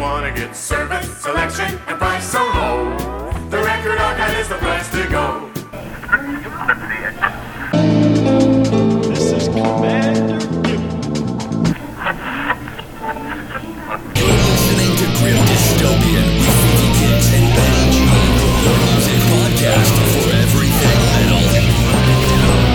wanna get service, selection, and price so low. The record archive is the place to go. This is Commander listening to Grim Dystopia with Freaky Kids and Benny G. The music podcast for everything metal.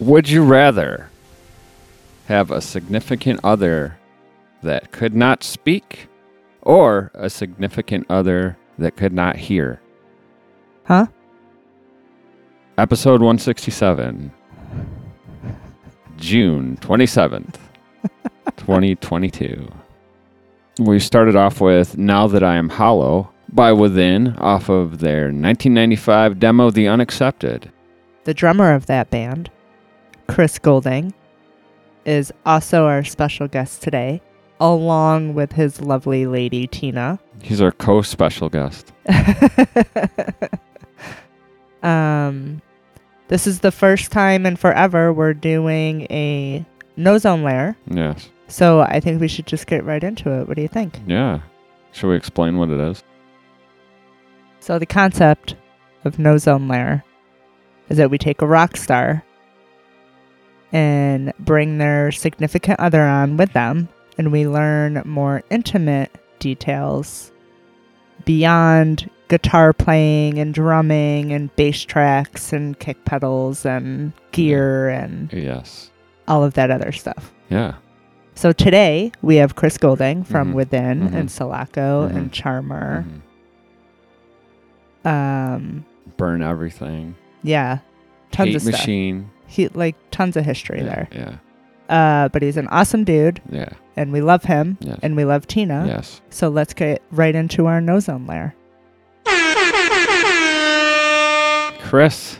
Would you rather have a significant other that could not speak or a significant other that could not hear? Huh? Episode 167, June 27th, 2022. We started off with Now That I Am Hollow by Within off of their 1995 demo, The Unaccepted. The drummer of that band, Chris Golding, is also our special guest today, along with his lovely lady, Tina. He's our co special guest. um, this is the first time in forever we're doing a no zone layer. Yes. So I think we should just get right into it. What do you think? Yeah. Should we explain what it is? So the concept of no zone layer is that we take a rock star and bring their significant other on with them and we learn more intimate details beyond guitar playing and drumming and bass tracks and kick pedals and gear and Yes. all of that other stuff. Yeah. So today we have Chris Golding from Mhm. Within Mhm. and Sulaco and Mhm. Charmer. Mhm. Um, Burn everything. yeah, tons Hate of stuff. machine. He like tons of history yeah, there. Yeah. Uh, but he's an awesome dude, Yeah. and we love him, Yes. and we love Tina. Yes. So let's get right into our no zone layer. Chris.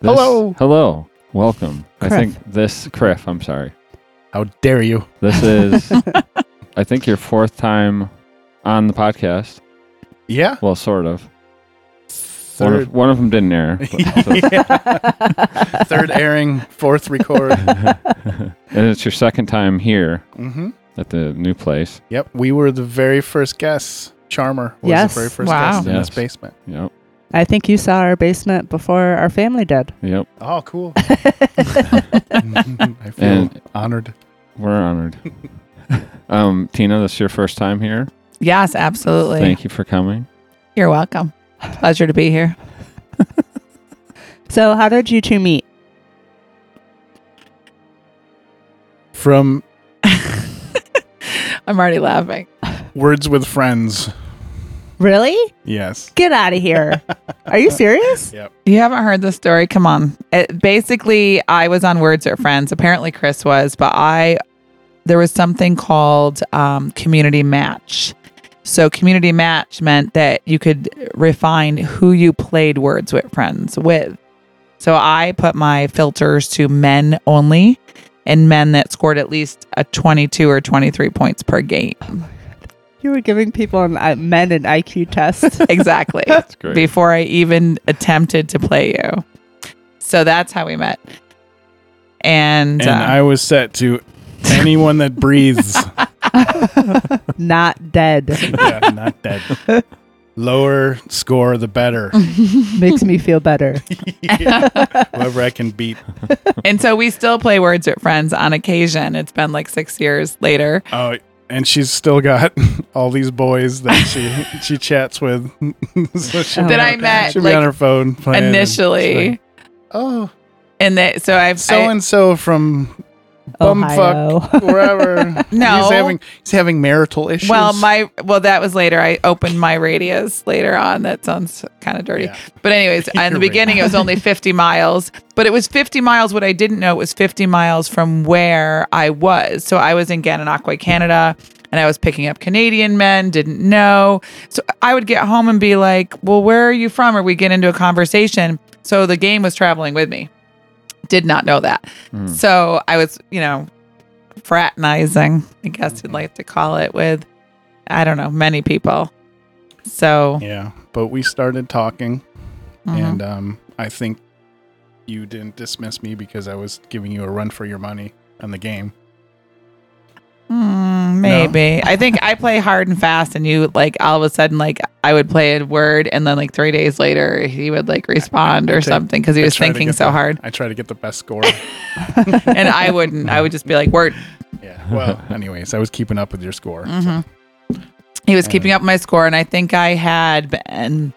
this- Hello. Hello. Welcome. I Criff. think this Criff, I'm sorry. How dare you? This is I think your fourth time on the podcast. Yeah. Well, sort of. One of, one of them didn't air. but- so- Third airing, fourth record. and it's your second time here hmm at the new place. Yep. We were the very first guests. Charmer was Yes. the very first Wow. guest in Yes. this basement. Yep. I think you saw our basement before our family did. Yep. Oh, cool. Mm-hmm. I feel And- honored. We're honored. um, Tina, this is your first time here. Yes, absolutely. Thank you for coming. You're welcome. Pleasure to be here. So how did you two meet? From I'm already laughing. Words with Friends. Really? Yes. Get out of here. Are you serious? You haven't heard this story? Come on. It, basically, I was on Words or Friends. Apparently, Chris was, but I there was something called um, Community Match. So, Community Match meant that you could refine who you played Words with Friends with. So, I put my filters to men only and men that scored at least a 22 or 23 points per game. You were giving people an I men an IQ test. exactly. That's great. before I even attempted to play you. So that's how we met. And, And uh, I was set to anyone that breathes. Not dead. yeah, not dead. Lower score, the better. Makes me feel better. Whoever I can beat. and so we still play Words with Friends on occasion. It's been like six years later. Oh, and she's still got all these boys that she she chats with. so she'll That be I on- met, She'll be like, on her phone playing and she's Initially. like, oh, and that so I've so I- and so from Ohio. bumfuck wherever. No. he's having he's having marital issues. well my well that was later. I opened my radius later on. That sounds kind of dirty. Yeah. But anyways, in the You're beginning it was only 50 miles, but it was 50 miles what I didn't know it was 50 miles from where I was. So I was in Gananoque, Canada, and I was picking up Canadian men, didn't know. So I would get home and be like, "Well, where are you from?" or we get into a conversation. So the game was traveling with me. Did not know that. Hmm. So I was, you know, fraternizing, I guess you'd like to call it with I don't know, many people. So yeah, but we started talking, mhm. and um, I think you didn't dismiss me because I was giving you a run for your money on the game. Mm, No? maybe. I think I play hard and fast, and you like all of a sudden like I would play a word, and then like three days later he would like respond or Okay. something because he I was try to thinking get so the- hard, I try to get the best score. and I wouldn't. I would just be like word. yeah. Well, anyways, I was keeping up with your score. so- Mhm. He was keeping up my score, and I think I had been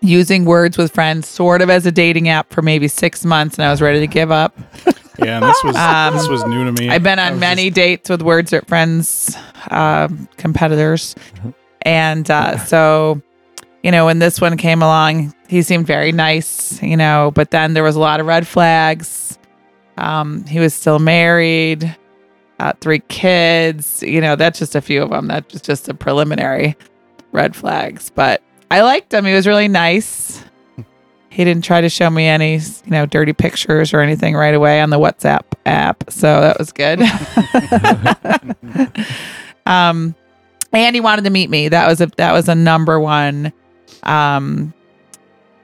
using words with friends sort of as a dating app for maybe six months, and I was ready to give up. Yeah, and this was Um, this was new to me. I've been I on was many dates with Words at Friends um, competitors. Mm-hmm. And uh, so, you know, when this one came along, he seemed very nice, you know, but then there was a lot of red flags. Um, he was still married, uh, three kids, you know, that's just a few of them. That's just a preliminary red flags. But I liked him. He was really nice. He didn't try to show me any, you know, dirty pictures or anything right away on the WhatsApp app. So that was good. um, and he wanted to meet me. That was a that was a number one, um,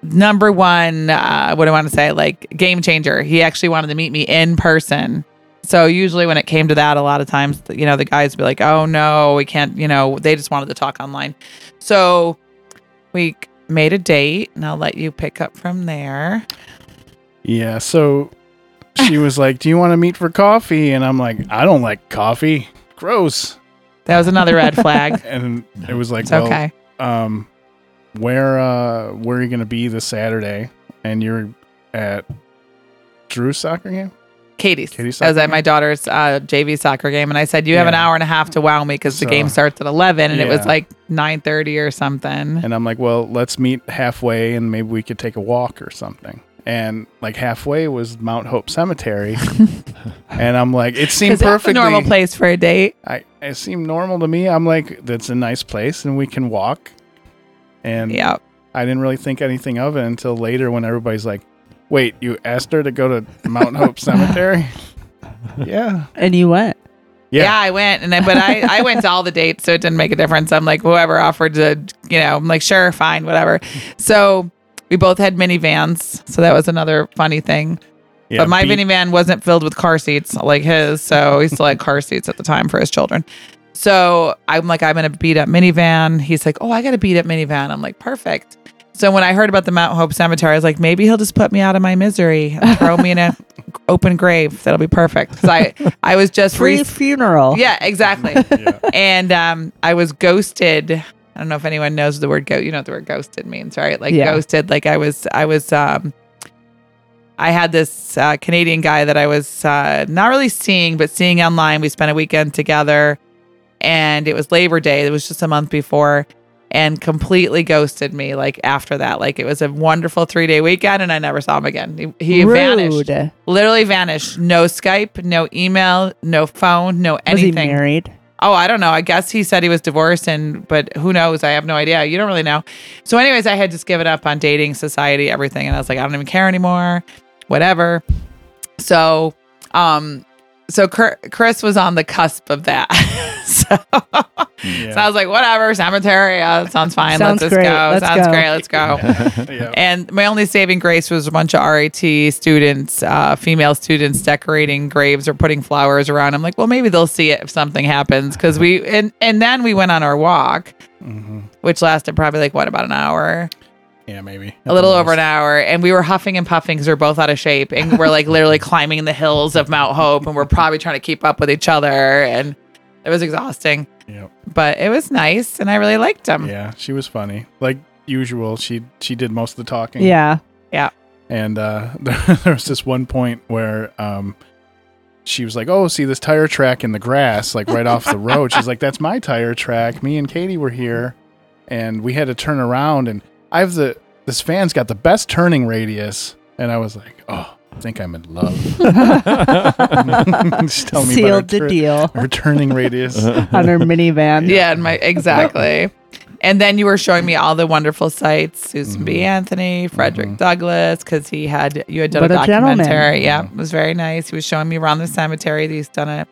number one. Uh, what do I want to say? Like game changer. He actually wanted to meet me in person. So usually when it came to that, a lot of times, you know, the guys would be like, "Oh no, we can't." You know, they just wanted to talk online. So we made a date, and I'll let you pick up from there. Yeah, so she was like, "Do you want to meet for coffee?" And I'm like, "I don't like coffee. Gross." That was another red flag. And it was like, It's "Well, okay. um, where uh, where are you gonna be this Saturday?" And you're at Drew's soccer game. Katie's. Katie's I was soccer at my daughter's uh, JV soccer game, and I said, "You have an Yeah. hour and a half to wow me because the So- game starts at 11, and it was Yeah. like nine thirty or something." And I'm like, "Well, let's meet halfway, and maybe we could take a walk or something." And like halfway was Mount Hope Cemetery, and I'm like, "It seemed Because that's a perfectly normal place for a date. I it seemed normal to me. I'm like, that's a nice place, and we can walk. And Yeah, I didn't really think anything of it until later when everybody's like, "Wait, you asked her to go to Mount Hope Cemetery?" yeah, And you went. yeah. Yeah. I went, and I, but I, I went to all the dates, so it didn't make a difference. I'm like, whoever offered to, you know, I'm like, sure, fine, whatever. So we both had minivans, so that was another funny thing. yeah. but my beat- minivan wasn't filled with car seats like his, so he still had car seats at the time for his children. So I'm like, I'm in a beat up minivan. He's like, oh, I got a beat up minivan. I'm like, perfect. So when I heard about the Mount Hope Cemetery, I was like, maybe he'll just put me out of my misery and throw me in a open grave. That'll be perfect. Because I, I was just Free rec- funeral. yeah, exactly. And um, I was ghosted. I don't know if anyone knows the word go. You know what the word ghosted means, right? Like Yeah. ghosted. Like I was, I was, um, I had this uh, Canadian guy that I was uh, not really seeing, but seeing online. We spent a weekend together, and it was Labor Day. It was just a month before, and completely ghosted me. Like after that, like it was a wonderful three day weekend, and I never saw him again. He, he Rude. vanished, literally vanished. No Skype, no email, no phone, no Was he anything. married? Oh, I don't know. I guess he said he was divorced, and but who knows? I have no idea. You don't really know. So, anyways, I had just given up on dating, society, everything, and I was like, I don't even care anymore. Whatever. So, um, so Cur- Chris was on the cusp of that. so, so I was like, whatever, cemetery. Uh, that sounds fine. Sounds Let's just great. go. Let's sounds go. great. Let's go. yeah. And my only saving grace was a bunch of RAT students, uh, female students decorating graves or putting flowers around. I'm like, well, maybe they'll see it if something happens. Cause we, and, and then we went on our walk, which lasted probably like, what, about an hour? yeah, maybe a little over an hour and we were huffing and puffing because we are both out of shape and we're like literally climbing the hills of mount hope and we're probably trying to keep up with each other and it was exhausting Yep. but it was nice and i really liked him Yeah, she was funny, like usual. She she did most of the talking. Yeah. And uh, there was this one point where um, she was like, "Oh, see this tire track in the grass, like right off the road." She's like, "That's my tire track." Me and Katie were here, and we had to turn around, and I have the this fan's got the best turning radius, and I was like, "Oh, I think I'm in love." Just tell me about her Sealed the tur- deal Her turning radius. on her minivan. yeah and my exactly and then you were showing me all the wonderful sites susan Mm-hmm. b anthony frederick douglass because he had you had done What a a gentleman. documentary yeah it was very nice he was showing me around the cemetery that he's done it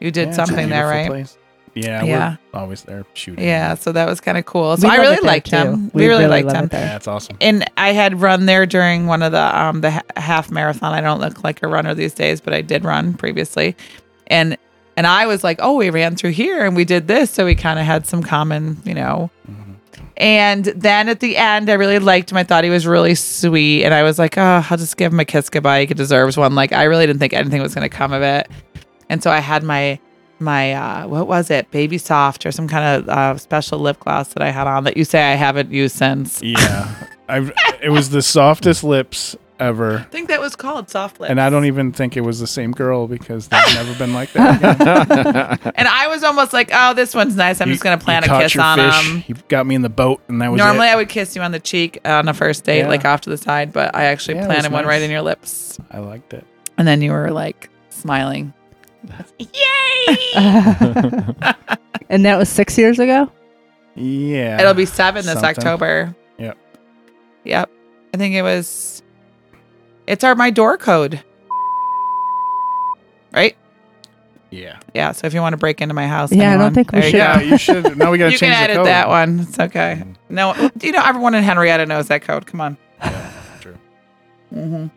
you Yeah, did it's a something there beautiful right place. Yeah, Yeah. we're always there shooting. Yeah, so that was kind of cool. We So I love really it there, liked too. him. We, really, liked love him. it there. Yeah, it's awesome. And I had run there during one of the um the ha- half marathon. I don't look like a runner these days, but I did run previously. And and I was like, "Oh, we ran through here and we did this." So we kind of had some common, you know. And then at the end, I really liked him. I thought he was really sweet. And I was like, oh, I'll just give him a kiss goodbye. He deserves one. Like, I really didn't think anything was going to come of it. And so I had my my uh what was it baby soft or some kind of uh, special lip gloss that i had on that you say i haven't used since Yeah, I. It was the softest lips ever. I think that was called soft lips. And I don't even think it was the same girl because they've never been like that. Again. And I was almost like, oh, this one's nice. I'm just gonna plant you a caught kiss your on fish, him. You got me in the boat, and that was Normally, it. I would kiss you on the cheek on a first date, Yeah. like off to the side, but I actually Yeah, it was planted one nice. right in your lips, I liked it. and then you were like smiling. Yay! And that was six years ago? Yeah, It'll be seven this Something. October. Yep. Yep. I think it was. It's our my door code. Right. yeah. Yeah. So if you want to break into my house, Yeah, I don't anyone, think we there you should go. Yeah, you should. Now we got to Oh. you change can the Mm, edit code. that one. It's okay. No, you know everyone in Henrietta knows that code. Come on. true. Mm-hmm. hmm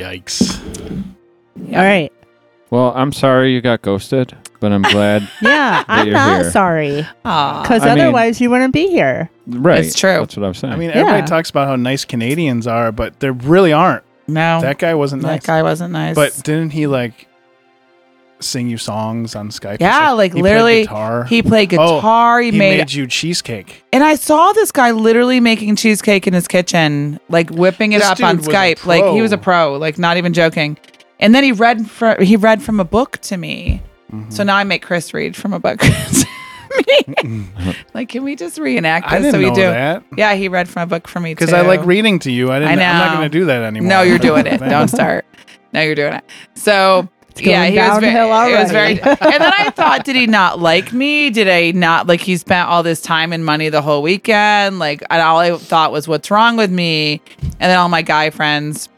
Yikes! All right. Well, I'm sorry you got ghosted, but I'm glad. Yeah, I'm you're not here. sorry. Aw. Because I mean- otherwise, you wouldn't be here. right. It's true. That's what I'm saying. I mean, everybody Yeah. talks about how nice Canadians are, but they really aren't. No, Oh That that, guy wasn't nice. guy wasn't nice. But didn't he like sing you songs on Skype? or yeah, something? like He played literally, guitar. he played Oh, guitar. he, He made, made you cheesecake. and I saw this guy literally making cheesecake in his kitchen, like whipping it This up on dude was a Skype. Like he was a pro. pro. Like not even joking. And then he read from he read from a book to me. Mm-hmm. So now I make Chris read from a book. to me. like, can we just reenact this? Mm-hmm. I didn't so we know do. that Yeah, he read from a book for me because I too. like reading to you. I didn't. I I'm not know. going to do that anymore. No, you're doing it. Thank Don't start. No, you're doing it. So going yeah, he was, downhill very, it was very. already. And then I thought, did he not like me? Did I not like he spent all this time and money the whole weekend? Like, and all I thought was, what's wrong with me? And then all my guy friends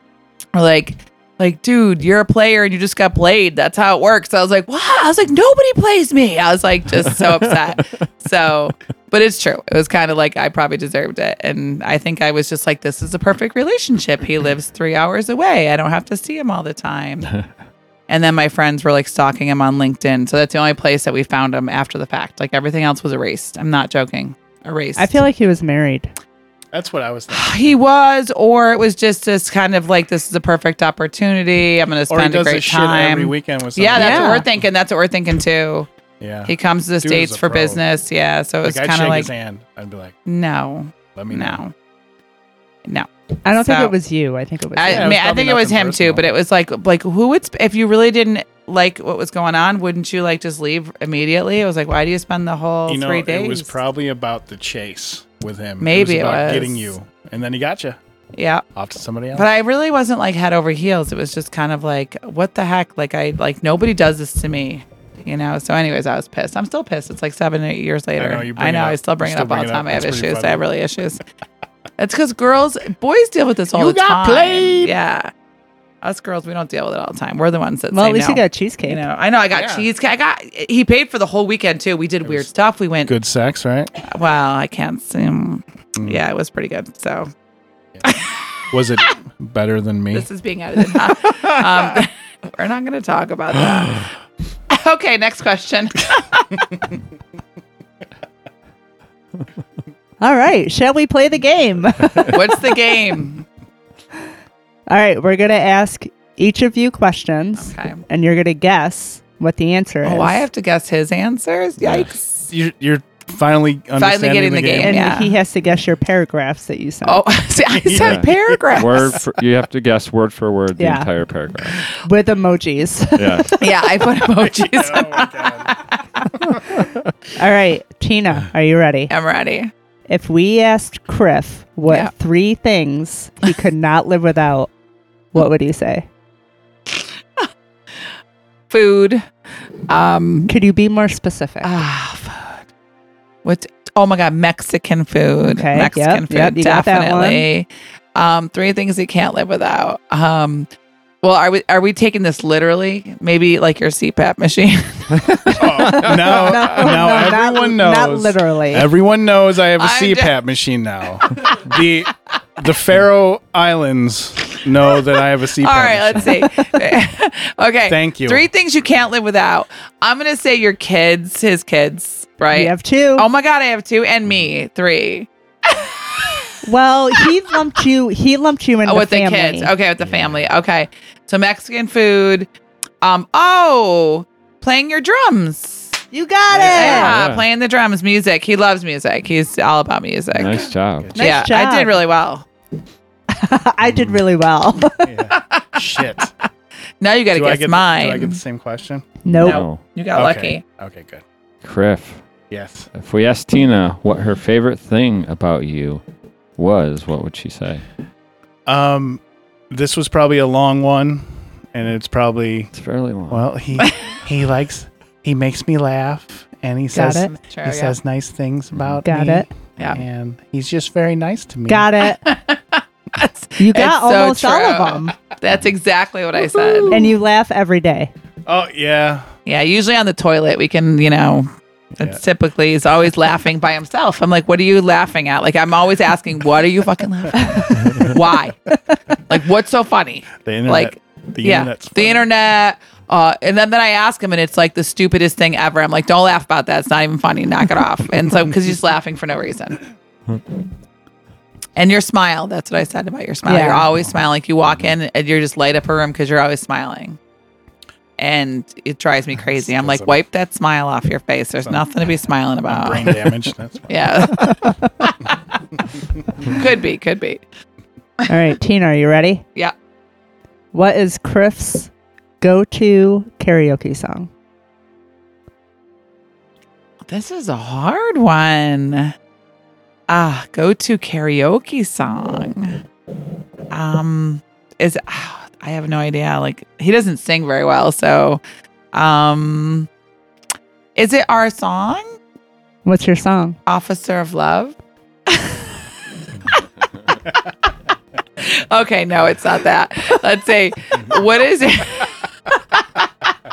were like. Like, dude, you're a player and you just got played. That's how it works. I was like, wow. I was like, nobody plays me. I was like, just so upset. So, but it's true. It was kind of like I probably deserved it. And I think I was just like, this is a perfect relationship. He lives three hours away. I don't have to see him all the time. and then my friends were like stalking him on LinkedIn. So that's the only place that we found him after the fact. Like everything else was erased. I'm not joking. Erased. I feel like he was married. That's what I was thinking. he was, or it was just this kind of like, this is a perfect opportunity. I'm going to Or he spend a does great this shit time. every weekend with yeah, somebody. that's Yeah. what we're thinking. That's what we're thinking too. yeah. He comes to the Dude is States a for pro. business. Yeah. So it was like, I'd kind shake of his like, hand. I'd be like, no, let me know. no, no. I don't think So- it was you. I think it was. I, him. it was mean, I probably think it was nothing him personal. too, but it was like, like who would sp- if you really didn't like what was going on, wouldn't you like just leave immediately? It was like, why do you spend the whole You know, three days? it was probably about the chase with him. Maybe it it was about was. getting you, and then he got you yeah, off to somebody else. but I really wasn't like head over heels. It was just kind of like, what the heck? Like I like nobody does this to me, you know. So, anyways, I was pissed. I'm still pissed. It's like seven, eight years later. know, you bring it I up. still bring You it still up all bring the it up. time. I have That's pretty issues. I funny. have really issues. It's because girls, boys deal with this all You the got time. played. Yeah, us girls, we don't deal with it all the time. We're the ones that well, say at least no. he got cheesecake. You know, I know I got Yeah. cheesecake. I got he paid for the whole weekend too. We did weird was stuff. We went Good Mm. sex, right? well, I can't seem yeah, it was pretty good. So Was it better than me? this is being edited. huh? um, we're not gonna talk about that. okay, next question. All right. Shall we play the game? All What's the game? right. We're going to ask each of you questions, Okay. and you're going to guess what the answer is. Oh, I have to guess his answers. Yikes. You're, you're finally understanding getting the game. And Yeah. he has to guess your paragraphs that you sent. Oh, see, I said Yeah. paragraphs. Word for, you have to guess word for word Yeah. the entire paragraph. with emojis. Yeah. Yeah, I put emojis. Oh my god! All right, Tina, are you ready? I'm ready. If we asked Criff what Yeah. three things he could not live without, what would he say? Food. Um Could you be more specific? ah food. What oh my god, Mexican food. Okay, Mexican yep, food, yep, you got that one. definitely. Um, three things you can't live without. Um well, are we are we taking this literally? Maybe like your CPAP machine. Oh, now, now not- everyone knows. not literally. Everyone knows I have a I'm CPAP machine now. the the Faroe Islands know that I have a CPAP. All right, machine. let's see. okay. Thank you. Three things you can't live without. I'm gonna say your kids, his kids, right? You have two. Oh my god, I have two and me. Three. well, he lumped you. He lumped you into Oh, with family. the kids. Okay, with the family. Okay. So Mexican food. Um, oh, playing your drums. You got it. Yeah, Yeah. playing the drums, music. He loves music. He's all about music. Nice job. Nice yeah, I job. did really well. I did really well. Yeah. Shit. Now you got to do I guess get mine. The, do I get the same question? nope. No. You got okay. lucky. Okay, good. Criff. Yes. If we asked Tina what her favorite thing about you was, what would she say? Um, this was probably a long one, and it's probably It's fairly long. well. He he likes he makes me laugh, and he Got says it. Sure, he yeah. says nice things about Got me, it. Yeah. and he's just very nice to me. Got it. you got It's almost so all of true. them. That's exactly what I said. And you laugh every day. Oh yeah, Yeah, usually on the toilet we can, you know, it's typically he's always laughing by himself. I'm like, what are you laughing at? Like I'm always asking, what are you fucking laughing? at? Why? Like what's so funny? the internet. Like the yeah, internet's the funny. internet. Uh, and then, then I ask him, and it's like the stupidest thing ever. I'm like, don't laugh about that. It's not even funny. Knock it off. And so, because he's laughing for no reason. And your smile. That's what I said about your smile. Yeah. You're always smiling. Like you walk in and you're just light up a room because you're always smiling. And it drives me crazy. I'm like, That's- wipe that smile off your face. There's nothing to be smiling about. brain damage. That's fine. Yeah. could be, could be. All right, Tina, are you ready? Yeah. What is Criff's go to karaoke song? This is a hard one. Ah, go to karaoke song. Um, is ah, I have no idea. Like he doesn't sing very well, so um, is it our song, What's your song? Officer of Love? okay, no, it's not that. Let's say, what is it?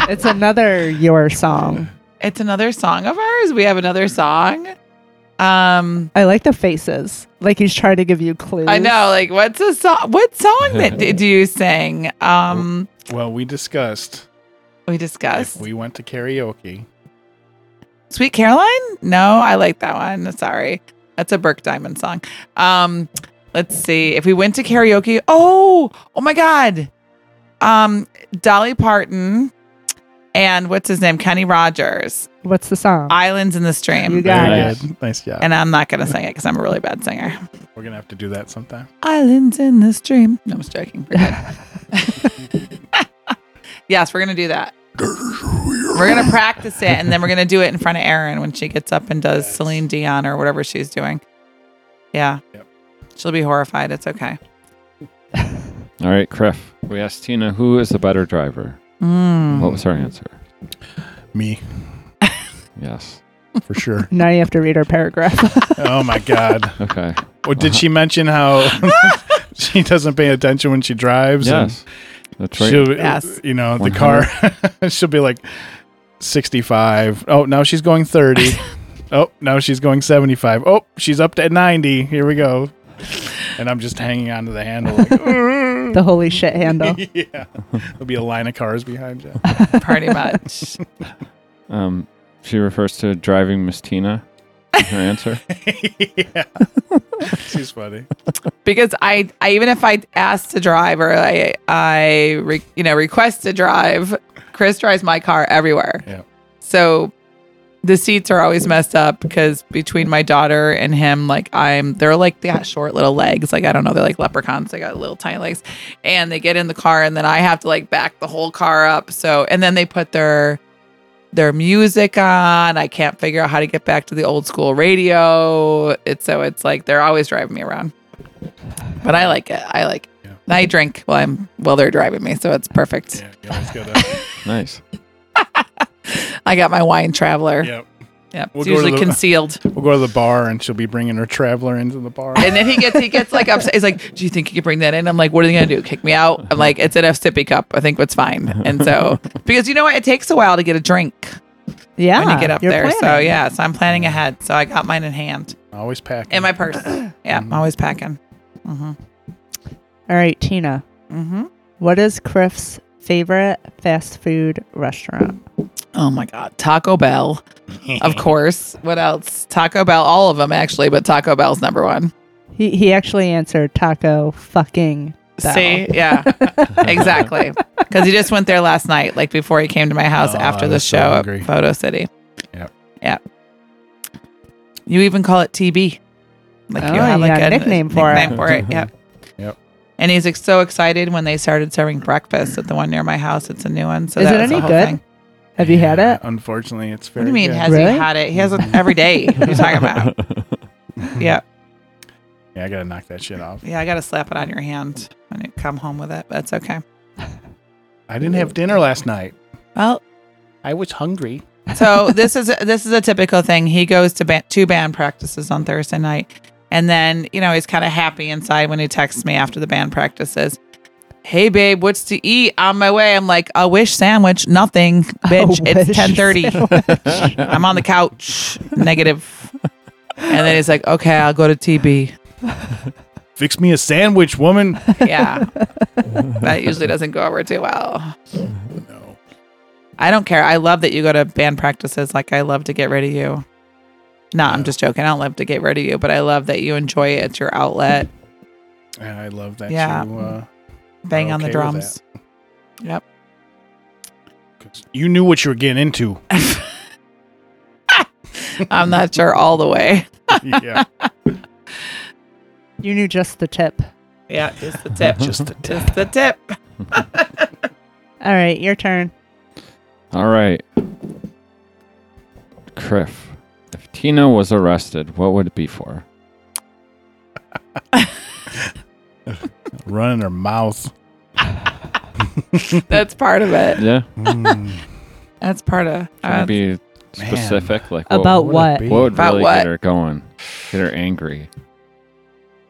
It's another your song. It's another song of ours. We have another song. Um, I like the faces. Like he's trying to give you clues. I know. Like, what's a song? What song that d- do you sing? Um, Well, we discussed we if discussed we went to karaoke. Sweet Caroline. No, I like that one. Sorry, that's a Burke Diamond song. Um, let's see. If we went to karaoke, oh, oh my God, um, Dolly Parton and what's his name, Kenny Rogers, What's the song? Islands in the Stream. You got Very it. good. Nice job. and I'm not gonna sing it because I'm a really bad singer. We're gonna have to do that sometime. Islands in the Stream. No, I'm just joking. We're good. yes, we're gonna do that. We're gonna practice it, and then we're gonna do it in front of Erin when she gets up and does Yes. Celine Dion or whatever she's doing. Yeah, Yep. she'll be horrified. It's okay. All right, Criff. We asked Tina who is the better driver. Hmm. What was her answer? Me Yes. for sure. now you have to read our paragraph. oh my god. Okay. Well, did she mention how she doesn't pay attention when she drives? and yes. That's right. She'll, Yes. You know, the car, she'll be like 65. Oh, now she's going 30. oh, now she's going 75. Oh, she's up to 90. Here we go. And I'm just hanging onto the handle. Like, oh, the holy shit handle. yeah. There'll be a line of cars behind you. Pretty much. Um, she refers to driving Miss Tina. in Her answer. yeah. She's funny. because I, I even if I asked to drive or I I re, you know request to drive, Chris drives my car everywhere. Yeah. So the seats are always messed up because between my daughter and him, like I'm they're like they got short little legs. Like I don't know, they're like leprechauns. They got little tiny legs. And they get in the car and then I have to like back the whole car up. So and then they put their their music on. I can't figure out how to get back to the old school radio. It's so it's like they're always driving me around. But I like it. I like it. And I drink while I'm while they're driving me, so it's perfect. Yeah. You always gotta, Nice. I got my wine traveler. Yeah, yep. Yep. We'll it's go to usually the- concealed. We'll go to the bar and she'll be bringing her traveler into the bar. And then he gets he gets like upset. He's like, "Do you think you could bring that in?" I'm like, "What are they gonna do? Kick me out?" I'm like, "It's an F sippy cup. I think it's fine." And so because you know what, it takes a while to get a drink Yeah. when you get up you're there. So planning. yeah, so I'm planning ahead. So I got mine in hand Always packing. in my purse. Yeah, I'm always packing. Mm-hmm. All right, Tina. Mm-hmm. What is Criff's favorite fast food restaurant? Oh my God, Taco Bell, of course. What else? Taco Bell, all of them actually, but Taco Bell's number one. He he actually answered taco fucking Bell. See, yeah, exactly. Because he just went there last night, like before he came to my house Oh, after I the was so show hungry. at Photo City. Yep. Yeah. You even call it TB. Like Oh, you got a nickname for it. nickname for it. Yep. Yep. And he's like, so excited when they started serving breakfast at the one near my house. It's a new one. So Is that it was the any whole good? Thing. Have you had it? Unfortunately, it's very. What do you mean? good. Has Really? he had it? He has it every day. What are you talking about? yeah, yeah, I gotta knock that shit off. yeah. I gotta slap it on your hand when you come home with it. but That's okay. I didn't have dinner last night. Well, I was hungry. so this is this is a typical thing. He goes to ban- two band practices on Thursday night, and then you know he's kind of happy inside when he texts me after the band practices. Hey babe, what's to eat on my way? I'm like a wish sandwich, nothing, bitch. It's wish 10:30. I'm on the couch, negative. And then he's like, okay, I'll go to TB. Fix me a sandwich, woman. Yeah. that usually doesn't go over too well. No. I don't care. I love that you go to band practices. Like, I love to get rid of you. No, I'm just joking. I don't love to get rid of you, but I love that you enjoy it. It's your outlet. Yeah, I love that. Yeah. You, uh, Bang We're on the okay with drums. Yep. 'cause you knew what you were getting into. I'm not sure all the way. yeah. You knew just the tip. Yeah, just the tip. Just the tip. Just the tip. All right, your turn. All right. Criff. If Tina was arrested, what would it be for? Running her mouth. That's part of it. Yeah. That's part of Can uh, you be specific? Like what- About would it what? be? What would About really what? get her going? Get her angry.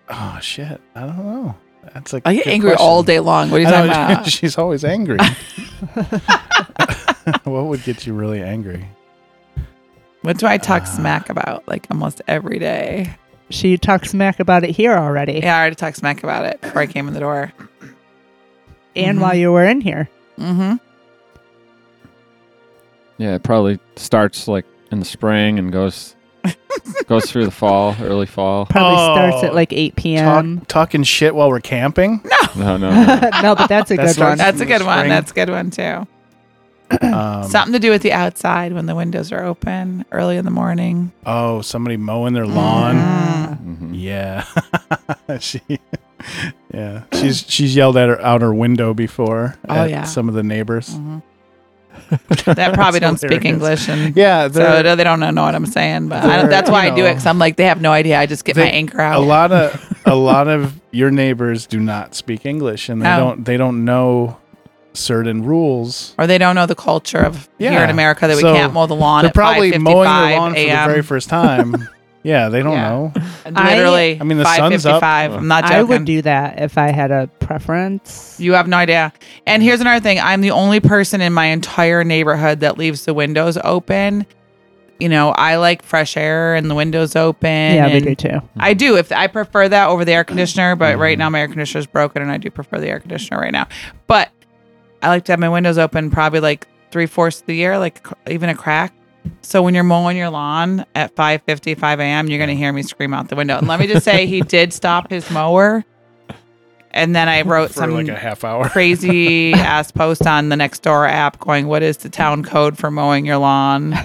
Oh shit! I don't know. That's like I get angry all day long. What are you talking about? She's always angry. what would get you really angry? What do I Ah. talk smack about like almost every day? She talked smack about it here already, Yeah, I already talked smack about it before I came in the door. and while you were in here. Mm-hmm. Yeah, it probably starts like in the spring and goes goes through the fall, early fall. Probably Oh. starts at like 8 Talk, p.m. talking shit while we're camping. No, no, no. no, but that's a That's good one. like- That's a good one. Spring. That's a good one too. Um, Something to do with the outside when the windows are open early in the morning. oh, somebody mowing their lawn. Ah. Mhm. Yeah, she. Yeah, she's she's yelled at her out her window before. Oh, at yeah. Mm. some of the neighbors. That Mm-hmm. probably don't That's speak hilarious. English, and Yeah, so they're- they don't know what I'm saying. But I don't, They're- that's why you I do it know, because I'm like they have no idea. I just get my they- anchor a out. lot of a lot of your neighbors do not speak English, and they Oh. don't they don't know certain rules. or they don't know the culture of here Yeah. in America that we So, can't mow the lawn. They're at probably 5:55 mowing their lawn for the a.m.. very first time. yeah, they don't Yeah. know. I- Literally, I mean, the sun's up. 5:55. I'm not joking. I would do that if I had a preference. You have no idea. And here's another thing I'm the only person in my entire neighborhood that leaves the windows open. You know, I like fresh air and the windows open. yeah, we and do too. I do. If I prefer that over the air conditioner, but right now my air conditioner is broken and I do prefer the air conditioner right now. But I like to have my windows open probably like three fourths of the year, like c- even a crack. So when you're mowing your lawn at 5:55 a.m., you're gonna hear me scream out the window. And let me just say, he did stop his mower, and then I wrote For some like a half hour. crazy ass post on the next door app going, What is the town code for mowing your lawn?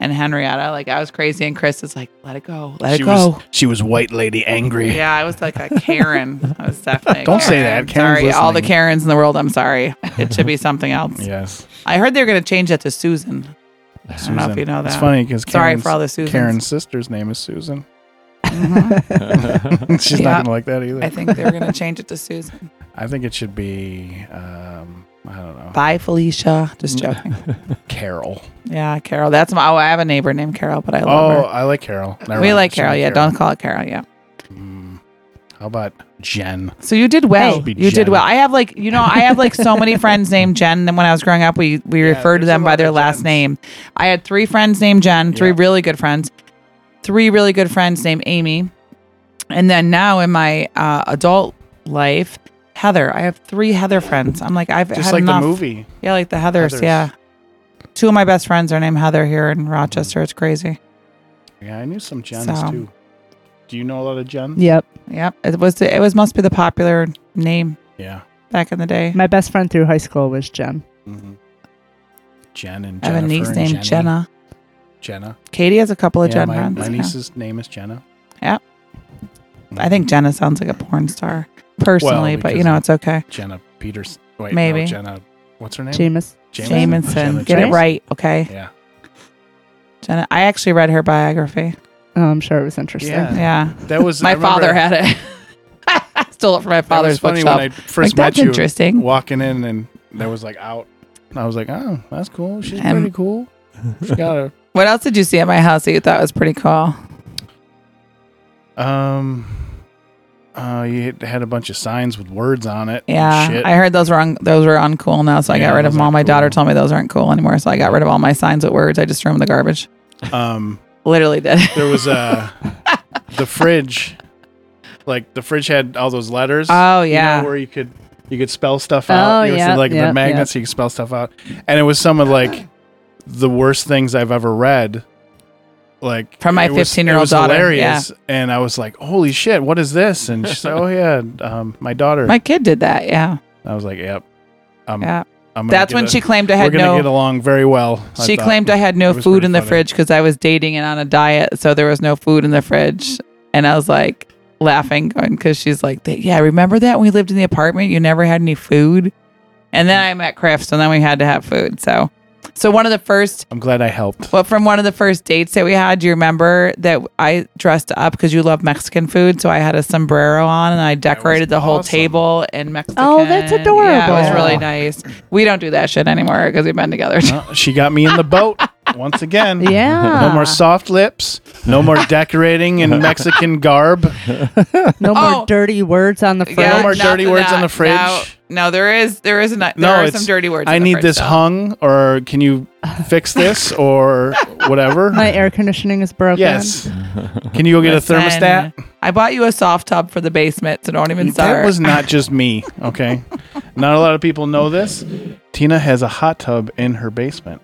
And Henrietta, like I was crazy, and Chris is like, Let it go, let she it go. was she was white lady angry. yeah, I was like a Karen. I was definitely. a Don't say Karen. that. Karen's sorry, all the listening. Karens in the world. I'm sorry. It should be something else. Yes. I heard they were going to change that to Susan. Susan. know if you know It's that. funny because Sorry for all the Susans. Karen's sister's name is Susan. Uh-huh. She's not Yeah. gonna like that either. I I think, think they were going to change it to Susan. it should be um, I don't know Bye, Felicia. Just Mm. joking. Carol. Yeah, Carol. That's my. Oh, I have a neighbor named Carol, but I love Oh, I like Carol. Never her. We mind. like It should Carol. be Hmm. Yeah, don't call it Carol. Yeah. How about Jen? So you did well. Should be You did Jen. well. I have like you know I have like so many friends named Jen. Then when I was growing up, we we referred to there's a them by lot their of last Jens. name. I had three friends named Jen. Three Yeah. really good friends. Three really good friends named Amy. And then now in my uh, adult life, Heather. I have three Heather friends. I'm like I've Just had like enough. the movie. Yeah, like the Heathers. Heathers. Yeah. Two of my best friends are named Heather here in Rochester. It's crazy. Yeah, I knew some Jens So. too. Do you know a lot of Jens? Yep. Yep. It was the, it was must be the popular name Yeah. back in the day. My best friend through high school was Jen. hmm Jen and I have a Jennifer niece and named Jenny. Jenna. Jenna. Katie has a couple of yeah, Jen my, friends. my yeah. niece's name is Jenna. I think Jenna sounds like a porn star. personally, Well, but because you know, of- it's okay. Jenna Peters. Wait, Maybe. no, Jenna. What's her name? Seamus. Jamison, Jenna get it Jameson. right, okay? Yeah. Jenna, I actually read her biography. Oh, I'm sure it was interesting. Yeah. Yeah, That was I my remember- father had it. I stole it from my That was father's funny when bookshop. I first Like, met that's you. interesting. Walking in and there was like out. And I was like, oh, that's cool. She's Um, pretty cool. She got What else did you see at my house that you thought was pretty cool? a um. Uh, you had a bunch of signs with words on it. and Yeah, shit. I heard those were un- those were uncool now, so I Yeah, got rid of those them all. aren't My daughter cool. told me those aren't cool anymore, so I got rid of all my signs with words. I just threw them in the garbage. um, Literally did. there was uh, the fridge. Like the fridge had all those letters. Oh, you know, yeah. where you could you could spell stuff Oh, out. You know, so, yeah, like yeah, the magnets, you could spell stuff out. And it was some of like the worst things I've ever read. Like From my it was- 15-year-old it was daughter, hilarious. And I was like, "Holy shit, what is this?" And she's like, "Oh yeah, um, my daughter." my kid did that. Yeah, I was like, "Yep." Um, yeah. I'm gonna That's get when a- she claimed I We're had gonna get no. along very well. I She thought. claimed I had It no was food pretty in the funny. fridge because I was dating and on a diet, so there was no food in the fridge. And I was like laughing, going because she's like, "They- "Yeah, remember that when we lived in the apartment, you never had any food." And then I met Chris, and then we had to have food. So, so one of the first I'm glad I helped. Well, from one of the first dates that we had, do you remember that I dressed up because you love Mexican food? So I had a sombrero on and I decorated the whole awesome. table in Mexican. Oh, that's Yeah, it was adorable. really nice. We don't do that shit anymore because we've been together. Uh, she got me in the boat once again. Yeah. No more Ah. soft lips. No more decorating in Mexican garb. No Oh. more dirty words on the fridge. no more nothing dirty words that- on the fridge. No, no, there is there is not. There no, are it's, some dirty words. I on the need fridge, this though. hung, or can you fix this, or whatever. My air conditioning is broken. yes. Can you go get a Listen, thermostat? I bought you a soft tub for the basement, so don't even That start. was not just me. Okay. not a lot of people know this. Tina has a hot tub in her basement.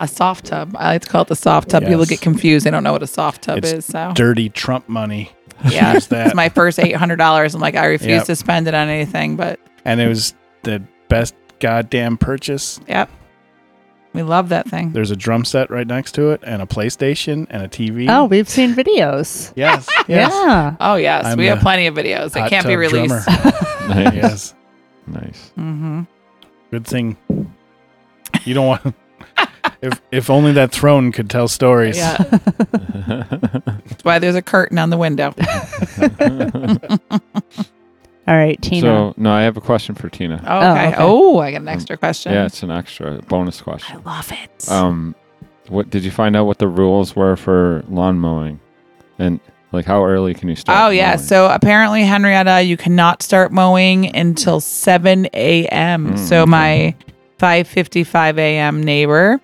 a soft tub. I like to call it the soft tub. People Yes. get confused. They don't know what a soft tub It's is. So Dirty Trump money. Yeah, Use that. it's my first eight hundred dollars. I'm like, I refuse Yep. to spend it on anything. But and it was the best goddamn purchase. yep, we love that thing. There's a drum set right next to it, and a PlayStation, and a TV. Oh, we've seen videos. yes, yes. Yeah. Oh yes, I'm we have a plenty of videos. They Hot can't be tub drummer. released. Nice. yes, Nice. hmm good thing you don't want. if if only that throne could tell stories. Yeah, that's why there's a curtain on the window. All right, Tina. So, no, I have a question for Tina. Oh, okay. okay. Oh, I got an extra question. Yeah, it's an extra bonus I question. love it. Um, what did you find out what the rules were for lawn mowing, and like how early can you start? oh yeah. mowing? So apparently, Henrietta, you cannot start mowing until seven a.m. Mm, so my five fifty-five a.m. neighbor.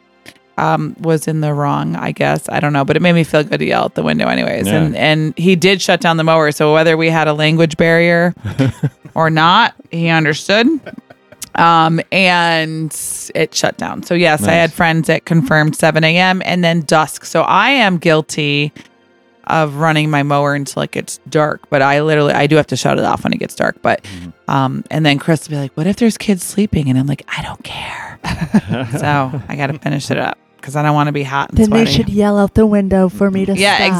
um, was in the wrong, I guess. I don't know, but it made me feel good to yell at the window, anyways. Yeah. And and he did shut down the mower, so whether we had a language barrier or not, he understood. Um, and it shut down. So yes, I Nice. had friends that confirmed 7 a.m. and then dusk. So I am guilty of running my mower until it gets dark, but I literally I do have to shut it off when it gets dark. But Mm-hmm. um, and then Chris will be like, "What if there's kids sleeping?" And I'm like, "I don't care." so I got to finish it up because I don't want to be hot and then sweaty. they should yell out the window for me to yeah, stop.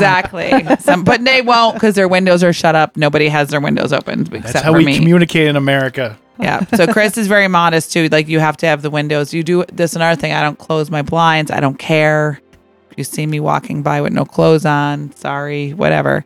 exactly. Some, but they won't because their windows are shut up. Nobody has their windows open except that's how for we me. communicate in America. yeah. So Chris is very modest too. Like you have to have the windows. You do this and another thing. I don't close my blinds. I don't care. If you see me walking by with no clothes on, sorry, whatever.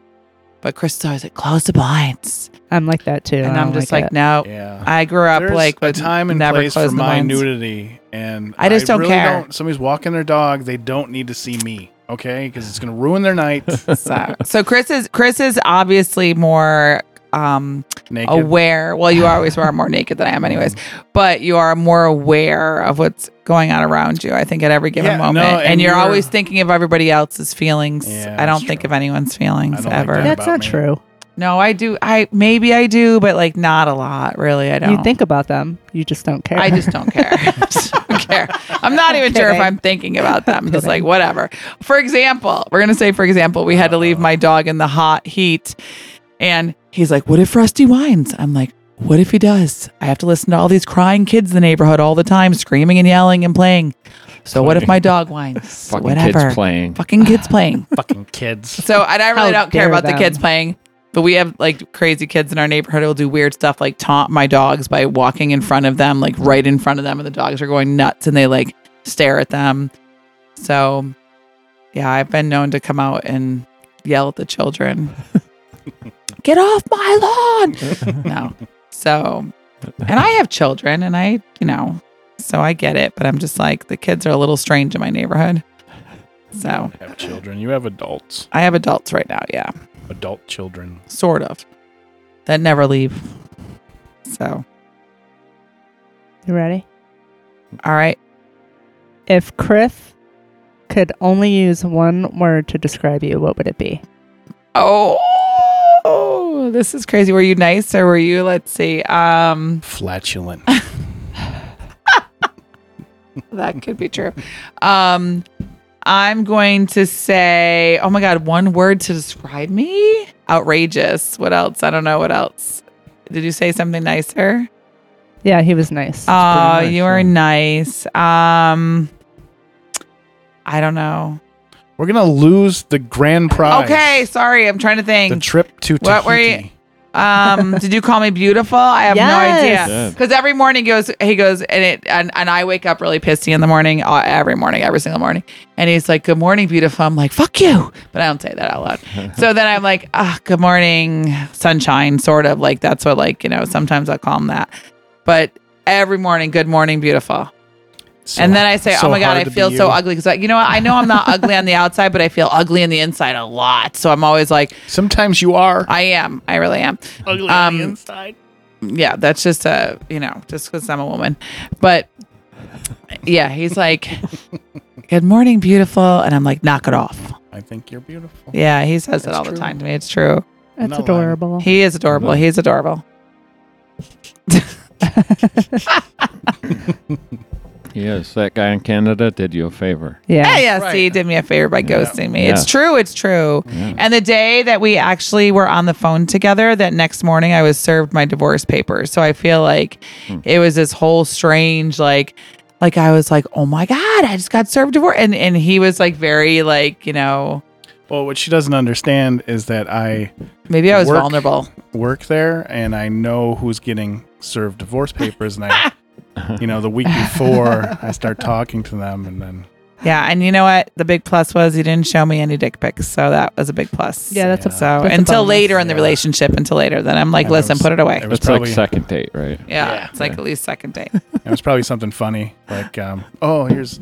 But Chris is always like, close the blinds, I'm like that too. and I I'm don't just like, it. no. Yeah. I grew up There's like a with time and never place for closing the my blinds. nudity, and I just don't really care. Somebody's walking their dog; they don't need to see me, okay? Because it's gonna ruin their night. So, so Chris is Chris is obviously more um naked. aware. Well, you always are more naked than I am, anyways. But you are more aware of what's going on around you. I think at every given Yeah, moment, no, and, and you're, you're- always thinking of everybody else's feelings. Yeah, I don't that's think true. of anyone's I feelings don't like ever. that. That's about not me. true. no, I do. I maybe I do, but like not a lot. Really, I don't. You think about them, you just don't care. I just don't care. I just don't care. I'm not even sure if Kidding. I'm thinking about that. I'm just like, Kidding. whatever. For example, we're going to say, for example, we had to leave my dog in the hot heat. And he's like, what if Rusty whines? I'm like, what if he does? I have to listen to all these crying kids in the neighborhood all the time, screaming and yelling and playing. So what if my dog whines? fucking whatever. kids playing. Fucking kids playing. fucking kids. So and I really How don't care dare about the them. kids playing. But we have like crazy kids in our neighborhood who'll do weird stuff like taunt my dogs by walking in front of them, like right in front of them, and the dogs are going nuts and they like stare at them. So yeah, I've been known to come out and yell at the children. Get off my lawn. no. So and I have children and I, you know, so I get it, but I'm just like the kids are a little strange in my neighborhood. So have children. You have adults. I have adults right now, yeah. Adult children. Sort of. That never leave. So You ready? all right. If Criff could only use one word to describe you, what would it be? Oh this is crazy. Were you nice or were you let's see, um Flatulent. that could be true. Um, I'm going to say, oh my God, one word to describe me? Outrageous. What else? I don't know what else. Did you say something nicer? Yeah, he was nice. Oh, nice, you are yeah. nice. Um, I don't know. We're gonna lose the grand prize. Okay, sorry. I'm trying to The think. trip to Tahiti. What were you- um, did you call me beautiful? I have Yes. no You idea. did. Because every morning he goes, he goes, and it, and, and I wake up really pissy in the morning, uh, every morning, every single morning. And he's like, "Good morning, beautiful." I'm like, "Fuck you," but I don't say that out loud. so then I'm like, "Ah, good morning, sunshine." Sort of like that's what like you know. Sometimes I will call him that, but every morning, "Good morning, beautiful." So- and then I say, so "Oh my god, hard I to be feel so you." ugly." Because like, you know what? I know I'm not ugly on the outside, but I feel ugly on the inside a lot. So I'm always like, Sometimes you are. "I am. I really am." Ugly on the um, inside. yeah, that's just a you know, just because I'm a woman. But yeah, he's like, "Good morning, beautiful," and I'm like, "Knock it off." I think you're beautiful. Yeah, he says it That's all true. the time to me. It's true. That's No, I'm- adorable. He is adorable. He's adorable. Yes, that guy in Canada did you a favor. yeah. Oh, Yeah, yes, he Right. did me a favor by ghosting me. It's Yeah. true. It's true. And the day that we actually were on the phone together, that next morning I was served my divorce papers. So I feel like it was this whole strange, like, like I was like, oh my god, I just got served divorce, and and he was like very like you know Well, what she doesn't understand is that I maybe I was Work. vulnerable. work there and I know who's getting served divorce papers, and I, you know, the week before I start talking to them, and then Yeah, and you know what? The big plus was he didn't show me any dick pics, so that was a big plus. Yeah, that's a- so that's a until bonus. later in the relationship, until later, then I'm like, Yeah, that listen, was- put it away. that Yeah, was That's probably like second date, right? it's like at least second date. it was probably something funny like, um, oh, here's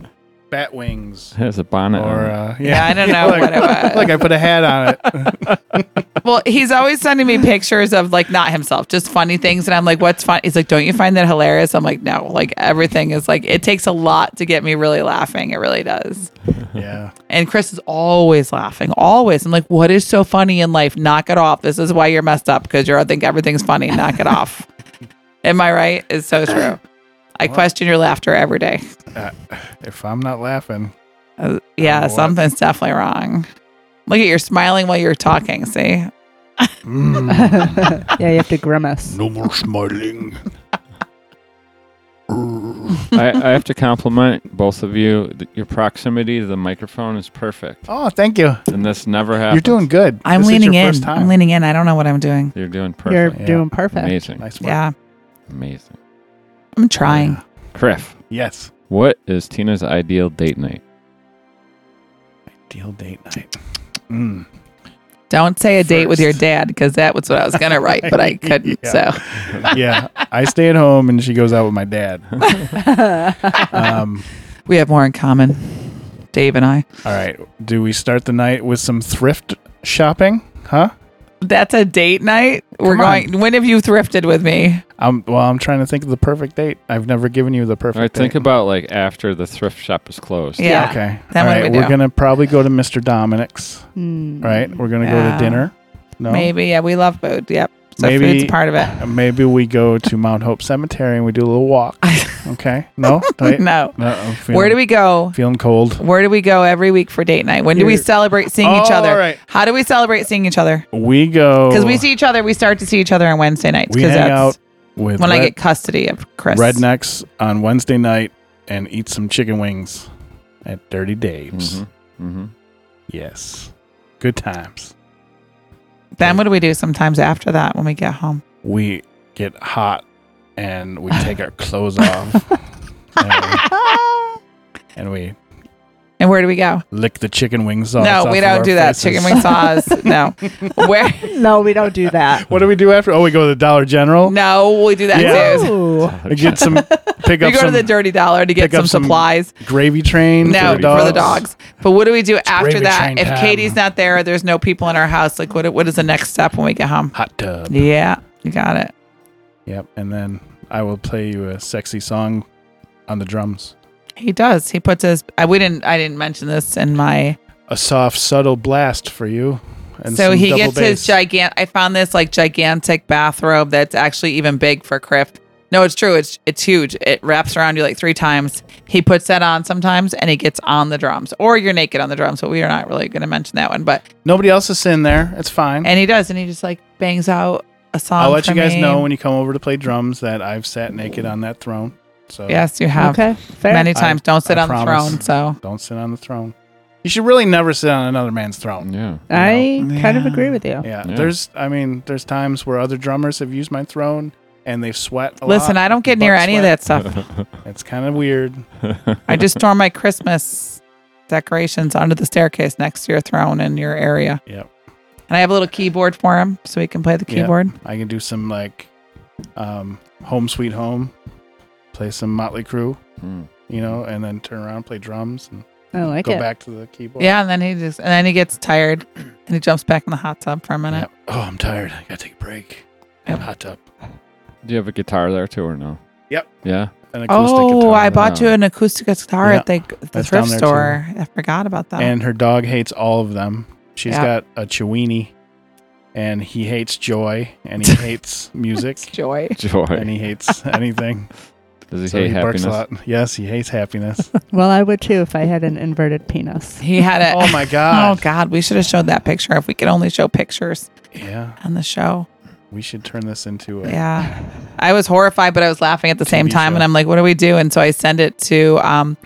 bat wings. Has a bonnet. on. Or uh, yeah. Yeah, I don't know like, what it was. like I put a hat on it. Well, he's always sending me pictures of like not himself, just funny things, and I'm like, "What's fun?" He's like, "Don't you find that hilarious?" I'm like, "No, like everything is like it takes a lot to get me really laughing. It really does." Yeah, And Chris is always laughing, always. I'm like, "What is so funny in life? Knock it off. This is why you're messed up because you think everything's funny. Knock it off." Am I right? It's so true. I question your laughter every day. if I'm not laughing, Uh, yeah, What? something's definitely wrong. Look at you're smiling while you're talking. See, mm. yeah, you have to grimace. no more smiling. I, I have to compliment both of you. Th- Your proximity to the microphone is perfect, Oh, thank you. and this never happens. You're doing good. I'm This is leaning your in. first time. I'm leaning in. I don't know what I'm doing. You're doing You're perfect. Yeah. doing perfect. Amazing. Nice work. Yeah, Amazing. I'm trying. Criff, Yes. what is Tina's ideal date night? Deal date night. Mm. Don't say a date with First. your dad because that was what I was gonna write, but I couldn't. Yeah. So Yeah, I stay at home and she goes out with my dad. um, we have more in common, Dave and I. all right. Do we start the night with some thrift shopping? Huh? That's a date night. We're Come on. going. When have you thrifted with me? I'm well. I'm trying to think of the perfect date. I've never given you the perfect. All right, date. think about like after the thrift shop is closed. Yeah. Okay. Then All what do right. we are do? Mm, gonna probably go to Mr. Dominic's. Hmm. Right. We're gonna go Yeah. to dinner. No. Maybe. Yeah, we love food. Yep. So Maybe- food's part of it. Uh, Maybe we go to Mount Hope Cemetery and we do a little walk. Okay. No. Wait. No. No, I'm feeling- Where do we go? Feeling cold. Where do we go every week for date night? When do we Here. celebrate seeing each Oh, other? all right. How do we celebrate seeing each other? We go Because we see each other, we start to see each other on Wednesday nights. We 'cause hang that's out with when I red- get custody of Chris. rednecks on Wednesday night and eat some chicken wings at Dirty Dave's. Mm-hmm. Yes. Good times. Then what do we do sometimes after that when we get home? we get hot and we take our clothes off and, and we And where do we go? lick the chicken wing sauce. no, off we of don't our do that. faces. Chicken wing sauce. No. Where? No, we don't do that. What do we do after? Oh, we go to the Dollar General. No, we do that Yeah. too. Ooh. and Get some, pick We up go to some the dirty dollar to get pick up some some supplies. gravy train. No, for the dogs. for the dogs. But what do we do after gravy that? train If time. Katie's not there, there's no people in our house. Like, what? What is the next step when we get home? Hot tub. Yeah, you got it. Yep. And then I will play you a sexy song on the drums. He does. He puts his. I we didn't. I didn't mention this in my. A soft, subtle blast for you. And so some he double gets his bass. gigant. I found this like gigantic bathrobe that's actually even big for Criff. No, it's true. It's it's huge. It wraps around you like three times. He puts that on sometimes, and he gets on the drums, or you're naked on the drums. But we are not really going to mention that one. But Nobody else is in there. It's fine. and he does, and he just like bangs out a song. I'll let for you guys me. know when you come over to play drums that I've sat naked on that throne. So Yes, you have Okay, fair. many I- times. Don't sit I on promise. the throne. So don't sit on the throne. You should really never sit on another man's throne. Yeah. I kind of Yeah. agree with you. Yeah. Yeah. There's I mean, there's times where other drummers have used my throne and they've sweat a listen, lot. I don't get near Butt any of sweat. that stuff. It's kind of weird. I just store my Christmas decorations under the staircase next to your throne in your area. Yep. And I have a little keyboard for him so he can play the Yeah. keyboard. I can do some like um home sweet home, play some Motley Crue, Hmm. you know, and then turn around, play drums and I like go it. back to the keyboard. Yeah, and then he just and then he gets tired and he jumps back in the hot tub for a minute. Yep. Oh, I'm tired. I gotta take a break. And hot tub. Do you have a guitar there too, or no? Yep. Yeah. An acoustic Oh, guitar. I bought you Wow. an acoustic guitar at the, the that's down thrift there, store. I forgot about that. and her dog hates all of them. She's Yeah. got a Chiweenie, and he hates joy, and he hates music, joy. and Joy. he hates anything. Does he so hate he barks a happiness? lot. Yes, he hates happiness. Well, I would too if I had an inverted penis. He had a oh my Oh god! God, we should have showed that picture if we could only show pictures Yeah, on the show. we should turn this into a. Yeah. I was horrified, but I was laughing at the same TV time. And show. I'm like, what do we do? And so I send it to um,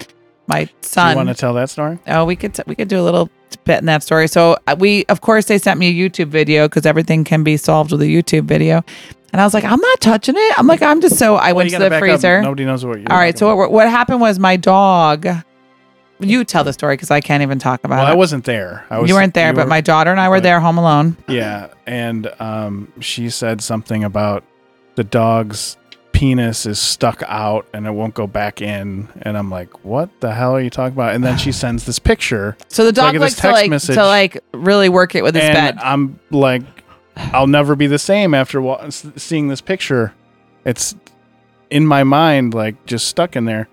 my Do you want son. to tell that story? oh, we could, t- we could do a little bit in that story. So uh, we, of course, they sent me a YouTube video because everything can be solved with a YouTube video. And I was like, I'm not touching it. I'm like, I'm just so I Well, went you to gotta the back up. freezer. Nobody knows what you're. All right. talking So about. what, what happened was my dog, you tell the story because I can't even talk about well, I it. wasn't there. I was. you weren't there, but were- my daughter and I were but- there home alone. Yeah, and um, she said something about the dog's penis is stuck out and it won't go back in, and I'm like, "What the hell are you talking about?" And then she sends this picture, So the Like, dog this likes to text like message- to like really work it with his and bed. I'm like, "I'll never be the same after wa- s- seeing this picture." It's in my mind, like just stuck in there.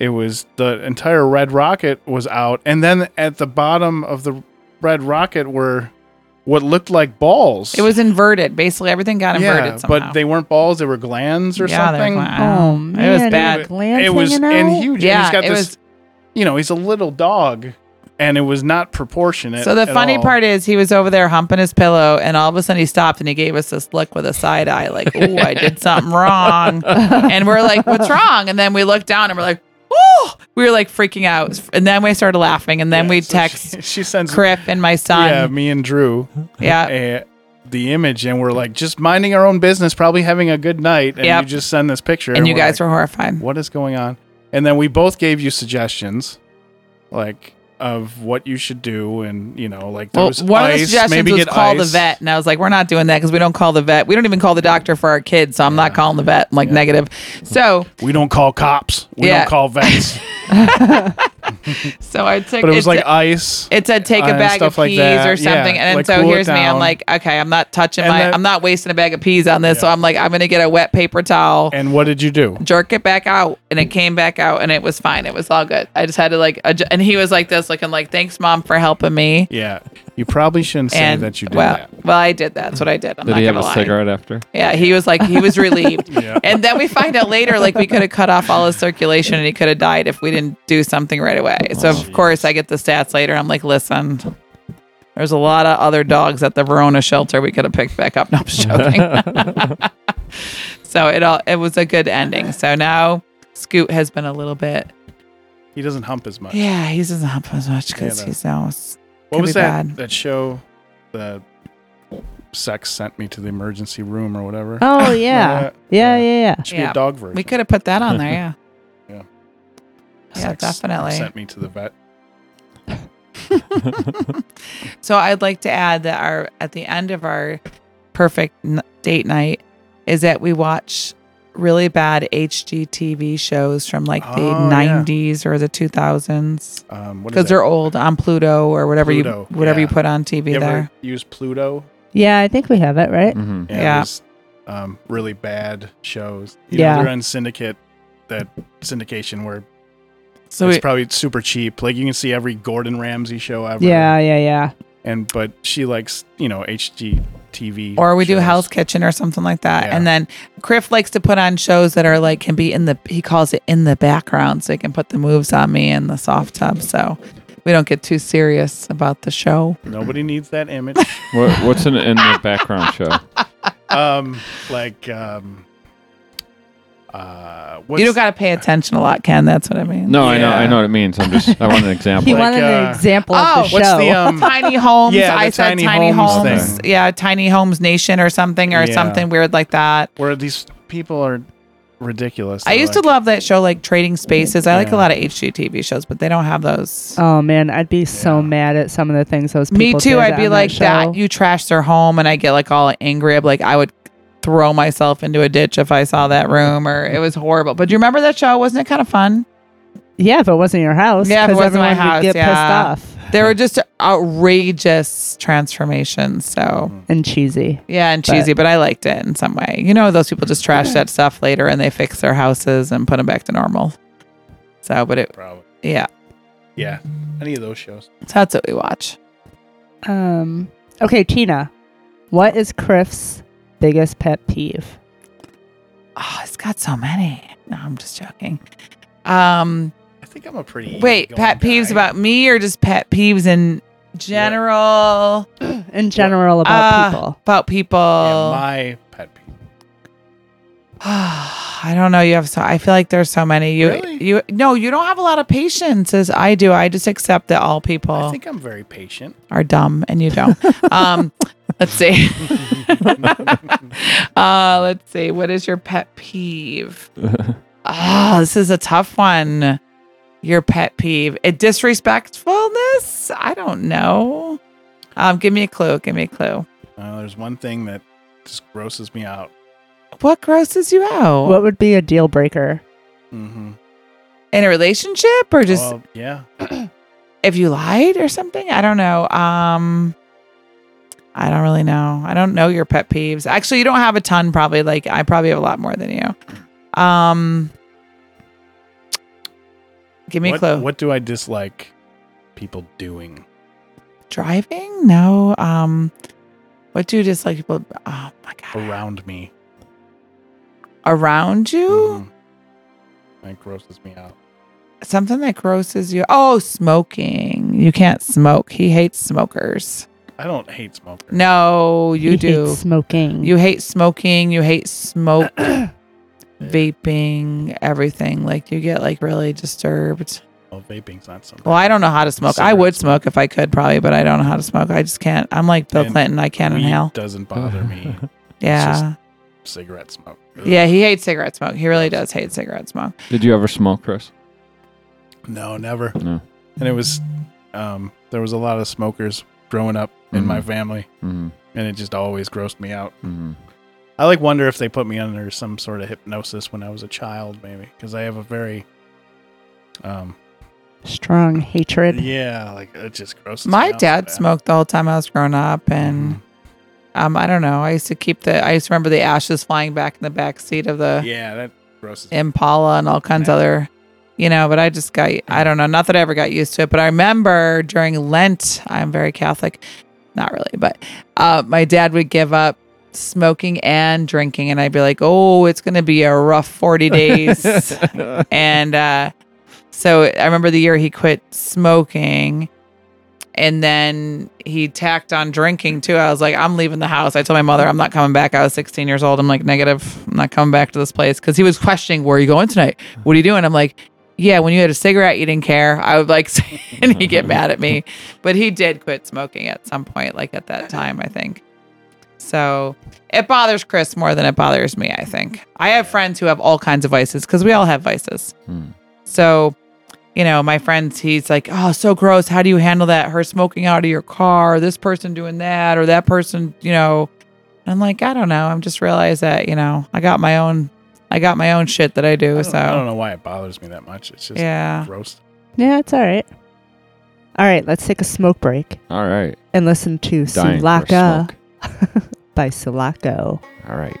It was the entire red rocket was out, and then at the bottom of the red rocket were what looked like balls. It was inverted. Basically, everything got inverted somehow. but they weren't balls; they were glands or Yeah, they were something. glands. Oh It was man, he had bad. glands It was hanging out. and huge. and Yeah, he's got it this. was- you know, he's a little dog, and it was not proportionate. so the at funny all. part is he was over there humping his pillow, and all of a sudden he stopped and he gave us this look with a side eye, like "Ooh, I did something wrong," and we're like, "What's wrong?" And then we looked down and we're like, "Oh!" We were like freaking out, and then we started laughing, and then Yeah, we so text She, she sends Criff and my yeah, son, me and Drew yeah, uh, the image, and we're like just minding our own business, probably having a good night, and Yep. you just send this picture, and you we're guys like, were horrified. what is going on? And then we both gave you suggestions, like. Of what you should do, and you know, like there Well, was one of the ice, suggestions maybe was get call the ice. vet, and I was like, "We're not doing that because we don't call the vet. We don't even call the doctor for our kids, so I'm not calling the vet." I'm like negative. So, We don't call cops. We Yeah. don't call vets. so I took. But it was it's- like ice. It said take a uh, bag of stuff like peas that. or something. Yeah, and then like, so cool it here's me. I'm down. like, okay, I'm not touching And my, then- I'm not wasting a bag of peas on this. So I'm like, I'm going to get a wet paper towel, and what did you do? jerk it back out. And it came back out and it was fine. It was all good. I just had to like, adjust. and he was like this, looking like, thanks, mom, for helping me. Yeah, you probably shouldn't say and that you did well, that. well, I did that. That's what I did. I'm Did not he have gonna a lie. cigarette after? Yeah, he was like he was relieved. Yeah. And then we find out later, like we could have cut off all his circulation and he could have died if we didn't do something right away. So Oh, of course I get the stats later. I'm like, listen, there's a lot of other dogs at the Verona shelter we could have picked back up. No, I'm just joking. so it all it was a good ending. So now Scoot has been a little bit He doesn't hump as much. Yeah, he doesn't hump as much because Yeah, no. he's now s- what could was be that? bad. That show, the sex sent me to the emergency room or whatever. Oh yeah. that? yeah, yeah, Yeah. yeah, Should be Yeah. a dog version. We could have put that on there, yeah. Yeah. Yeah, Sex definitely. Sent me to the vet. So I'd like to add that our at the end of our perfect n- date night is that we watch really bad HGTV shows from like the Oh, yeah. 90s or the 2000s Um, what is because that? they're old on Pluto or whatever Pluto, you whatever you yeah. put on TV You ever there. use Pluto? yeah. I think we have it right. hmm Yeah. it Yeah. was, um, really bad shows. You Yeah. Know, they're on syndicate, that syndication where So it's we, probably super cheap. Like you can see every Gordon Ramsay show ever. Yeah, yeah, yeah. And but she likes you know HGTV. or we do shows. Hell's Kitchen or something like that. Yeah. And then Criff likes to put on shows that are like can be in the he calls it in the background so he can put the moves on me in the soft tub. So we don't get too serious about the show. Nobody needs that image. What, what's in, in the background show? um, like um, uh, what's, you don't got to pay attention a lot, Ken. That's what I mean. No, I know, I Yeah. know what it means. I'm just, I want an He example. Like, wanted an uh, example Oh, of the what's show. the um? tiny homes. Yeah, the I said tiny, tiny homes. homes Yeah, tiny homes nation or something or Yeah. something weird like that. where these people are ridiculous. I They're used like- to love that show, like Trading Spaces. I like a Yeah. lot of HGTV shows, but they don't have those. oh man, I'd be so Yeah. mad at some of the things those people Me too. did I'd be on like show. that. You trashed their home, and I get like all angry. I'm like, I would throw myself into a ditch if I saw that room, or it was horrible. But do you remember that show? Wasn't it kind of fun? yeah, if it wasn't your house, Yeah, if it 'cause wasn't my everyone would house, get yeah. pissed off There were just outrageous transformations. So. hmm, and cheesy. Yeah, and But- cheesy, but, I liked it in some way. You know, those people just trash that stuff later and they fix their houses and put them back to normal. So, but it, Probably. yeah, Yeah. Any of those shows. so that's what we watch. Um. Okay, Tina, what is Criff's biggest pet peeve? Oh, it's got so many. No, I'm just joking. Um, I think I'm a pretty. wait, easygoing pet peeves guy. about me or just pet peeves in general In general, Uh, about people. about people? Yeah, my pet peeve. I don't know. You have so. I feel like there's so many. You, Really? you, no, you don't have a lot of patience as I do. I just accept that all people. I think I'm very patient. are dumb and you don't. um, let's see. uh, let's see. What is your pet peeve? oh, this is a tough one. Your pet peeve. A disrespectfulness? I don't know. Um, give me a clue. Give me a clue. Uh, there's one thing that just grosses me out. What grosses you out? What would be a deal breaker? Mm-hmm. In a relationship or just well, yeah. if you lied or something? I don't know. Um I don't really know. I don't know your pet peeves. Actually, you don't have a ton probably. Like I probably have a lot more than you. Um Give me what, a clue. What do I dislike people doing? Driving? No. Um What do you dislike people Oh my god. around me. Around you? Mhm. Mm-hmm. That grosses me out. Something that grosses you. Oh, smoking. You can't smoke. He hates smokers. I don't hate smokers. No, you He do. hates smoking. You hate smoking, you hate smoke, vaping, everything. Like you get like really disturbed. Well, vaping's not something. Well, I don't know how to smoke. I would smoke if I could probably, but I don't know how to smoke. I just can't. I'm like Bill And Clinton, I can't Weed inhale. doesn't bother me. just- Yeah. Cigarette smoke. Yeah, he hates cigarette smoke. He really does hate cigarette smoke. Did you ever smoke, Chris? No, never. No. And it was, um, there was a lot of smokers growing up in my family, Mm-hmm. and it just always grossed me out. Mm-hmm. I like wonder if they put me under some sort of hypnosis when I was a child, maybe because I have a very, um, Strong hatred. yeah, like it just grosses. me My out so dad bad. smoked the whole time I was growing up and Mhm. um I don't know. I used to keep the I used to remember the ashes flying back in the back seat of the Yeah, that grosses. me Impala and all kinds of other, you know, but I just got, I don't know, not that I ever got used to it, but I remember during Lent, I'm very Catholic, not really, but uh, my dad would give up smoking and drinking. And I'd be like, oh, it's going to be a rough 40 days. and uh, so I remember the year he quit smoking. And then he tacked on drinking too. I was like, I'm leaving the house. I told my mother I'm not coming back. I was 16 years old. I'm like, negative. I'm not coming back to this place because he was questioning, where are you going tonight? What are you doing? I'm like, yeah, when you had a cigarette, you didn't care. I would like, say- and he'd get mad at me. But he did quit smoking at some point, like at that time, I think. So it bothers Chris more than it bothers me, I think. I have friends who have all kinds of vices because we all have vices. Hmm. So, you know, my friends, he's like, oh, so gross. How do you handle that? Her smoking out of your car, or this person doing that, or that person, you know. And I'm like, I don't know. I'm just realized that, you know, I got my own, I got my own shit that I do. I don't, so, I don't know why it bothers me that much. It's just yeah. gross. Yeah, it's all right. All right, let's take a smoke break All right. and listen to Dying for Sulaka smoke. by Sulaco. All right.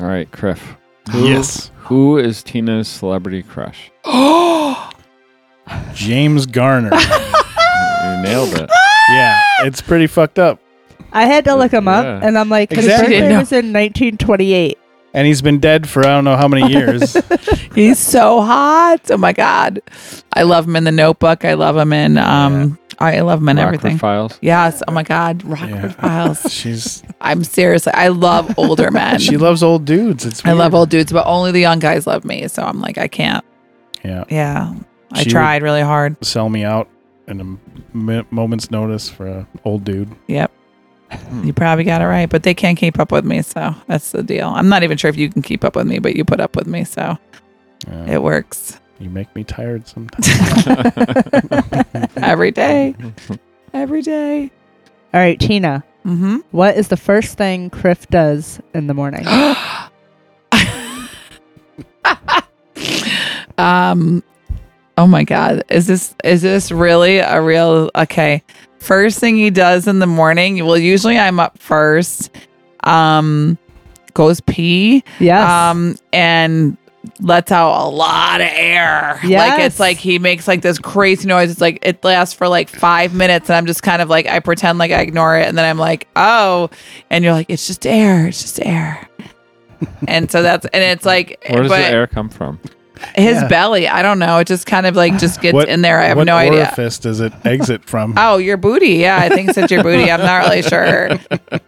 All right, Criff. Yes. Who is Tina's celebrity crush? James Garner. You nailed it. yeah, it's pretty fucked up. I had to look him up, Yeah. and I'm like, his Exactly. birthday No. was in 1928. And he's been dead for I don't know how many years. He's so hot. Oh my god. I love him in the notebook. I love him in um I love him in Rockford everything. Files. Yes. Oh my god. Rockford Yeah. Files. She's I'm seriously I love older men. she loves old dudes. It's I love weird. old dudes, but only the young guys love me. So I'm like, I can't. yeah. Yeah. I She would- tried really hard. Sell me out in a m- moment's notice for a old dude. Yep. Mm. You probably got it right, but they can't keep up with me. So that's the deal. I'm not even sure if you can keep up with me, but you put up with me. So Yeah. it works You make me tired sometimes. every day. Every day. All right, Tina, Mm-hmm. What is the first thing Criff does in the morning? um oh my god is this is this really a real okay first thing he does in the morning well usually i'm up first um goes pee yes. um and lets out a lot of air like Yes. it's like he makes like this crazy noise it's like it lasts for like five minutes and i'm just kind of like i pretend like i ignore it and then i'm like oh and you're like it's just air it's just air and so that's and it's like Where does but- the air come from? his Yeah. belly. I don't know. It just kind of like just gets in there. I have what no orifice idea. does it exit from? Oh, your booty. Yeah, I think it's your booty. I'm not really sure.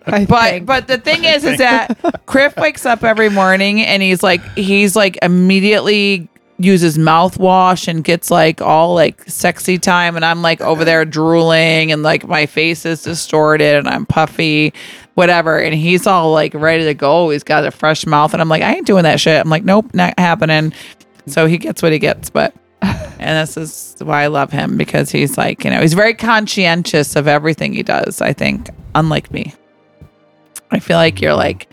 I But think- but the thing is is that Criff wakes up every morning and he's like he's like immediately uses mouthwash and gets like all like sexy time and I'm like over there drooling and like my face is distorted and I'm puffy whatever and he's all like ready to go he's got a fresh mouth and I'm like I ain't doing that shit I'm like nope not happening so he gets what he gets but and this is why I love him because he's like you know he's very conscientious of everything he does I think unlike me I feel like you're like,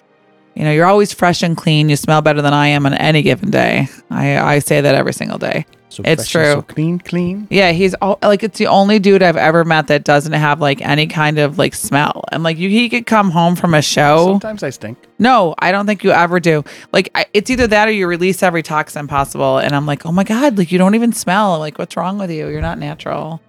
you know, you're always fresh and clean. You smell better than I am on any given day. I, I say that every single day. So it's fresh and true. So clean, clean. Yeah, he's all, like, it's the only dude I've ever met that doesn't have like any kind of like smell. And like, you, he could come home from a show. Sometimes I stink. No, I don't think you ever do. Like, I, it's either that or you release every toxin possible. And I'm like, oh my God, like, you don't even smell. Like, what's wrong with you? You're not natural.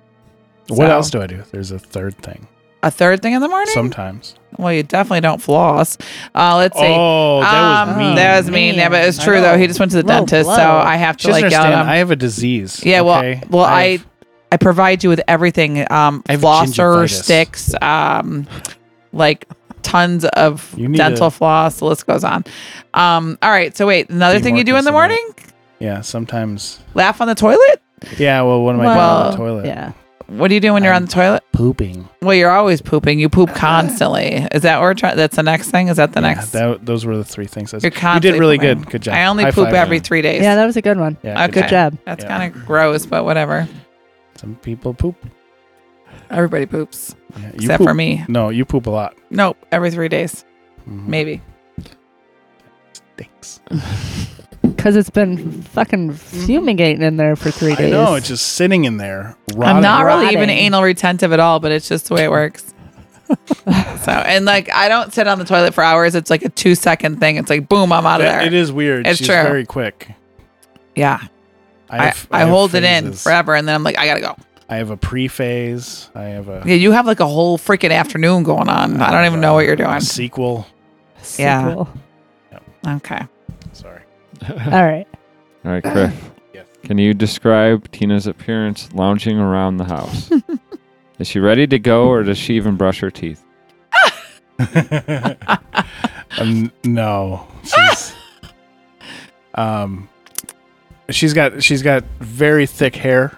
What So- else do I do? There's a third thing. A third thing in the morning? Sometimes. well, you definitely don't floss. Uh, let's see. Oh, that was Um, mean. That was mean. Yeah, but it was Man, I true though. know. He just went to the Low dentist, so blow. I have She to doesn't like yell at understand. him. I have a disease. yeah, well, okay? well, have- I I provide you with everything. Um, I have flosser gingivitis. sticks. Um, like tons of You need dental a- floss. The list goes on. Um, all right. So wait, another Be thing more you do in the considerate. morning? yeah. Sometimes. Laugh on the toilet. Yeah. Well, what am I doing on Well, the toilet? yeah. What do you do when you're on Um, the toilet? Pooping. Well, you're always pooping. You poop constantly. Is that what we're trying? That's the next thing. Is that the Yeah, next? That, those were the three things. That's- You're you did constantly really pooping. good. Good job. I only High poop five, every man. three days. Yeah, that was a good one. Yeah, Okay. Good job. That's Yeah. kind of gross, but whatever. Some people poop. Everybody poops. Yeah, you except poop. for me. No, you poop a lot. Nope, every three days, Mhm. maybe. Stinks. Because it's been fucking fumigating in there for three I days. know. It's just sitting in there. Rotting. I'm not really Rotting. even anal retentive at all, but it's just the way it works. so, and like I don't sit on the toilet for hours. It's like a two second thing. It's like boom, I'm out of Yeah, there. It is weird. It's She's true. very quick. Yeah, I, have- I, have hold it in phases. forever, and then I'm like, I gotta go. I have a pre phase. I have a. Yeah, you have like a whole freaking afternoon going on. I don't even know what you're doing. A sequel. Yeah. Sequel. Okay. Sorry. All right. All right, Griff. Yes. Can you describe Tina's appearance lounging around the house? Is she ready to go or does she even brush her teeth? Um, no. She's. um. She's got she's got very thick hair,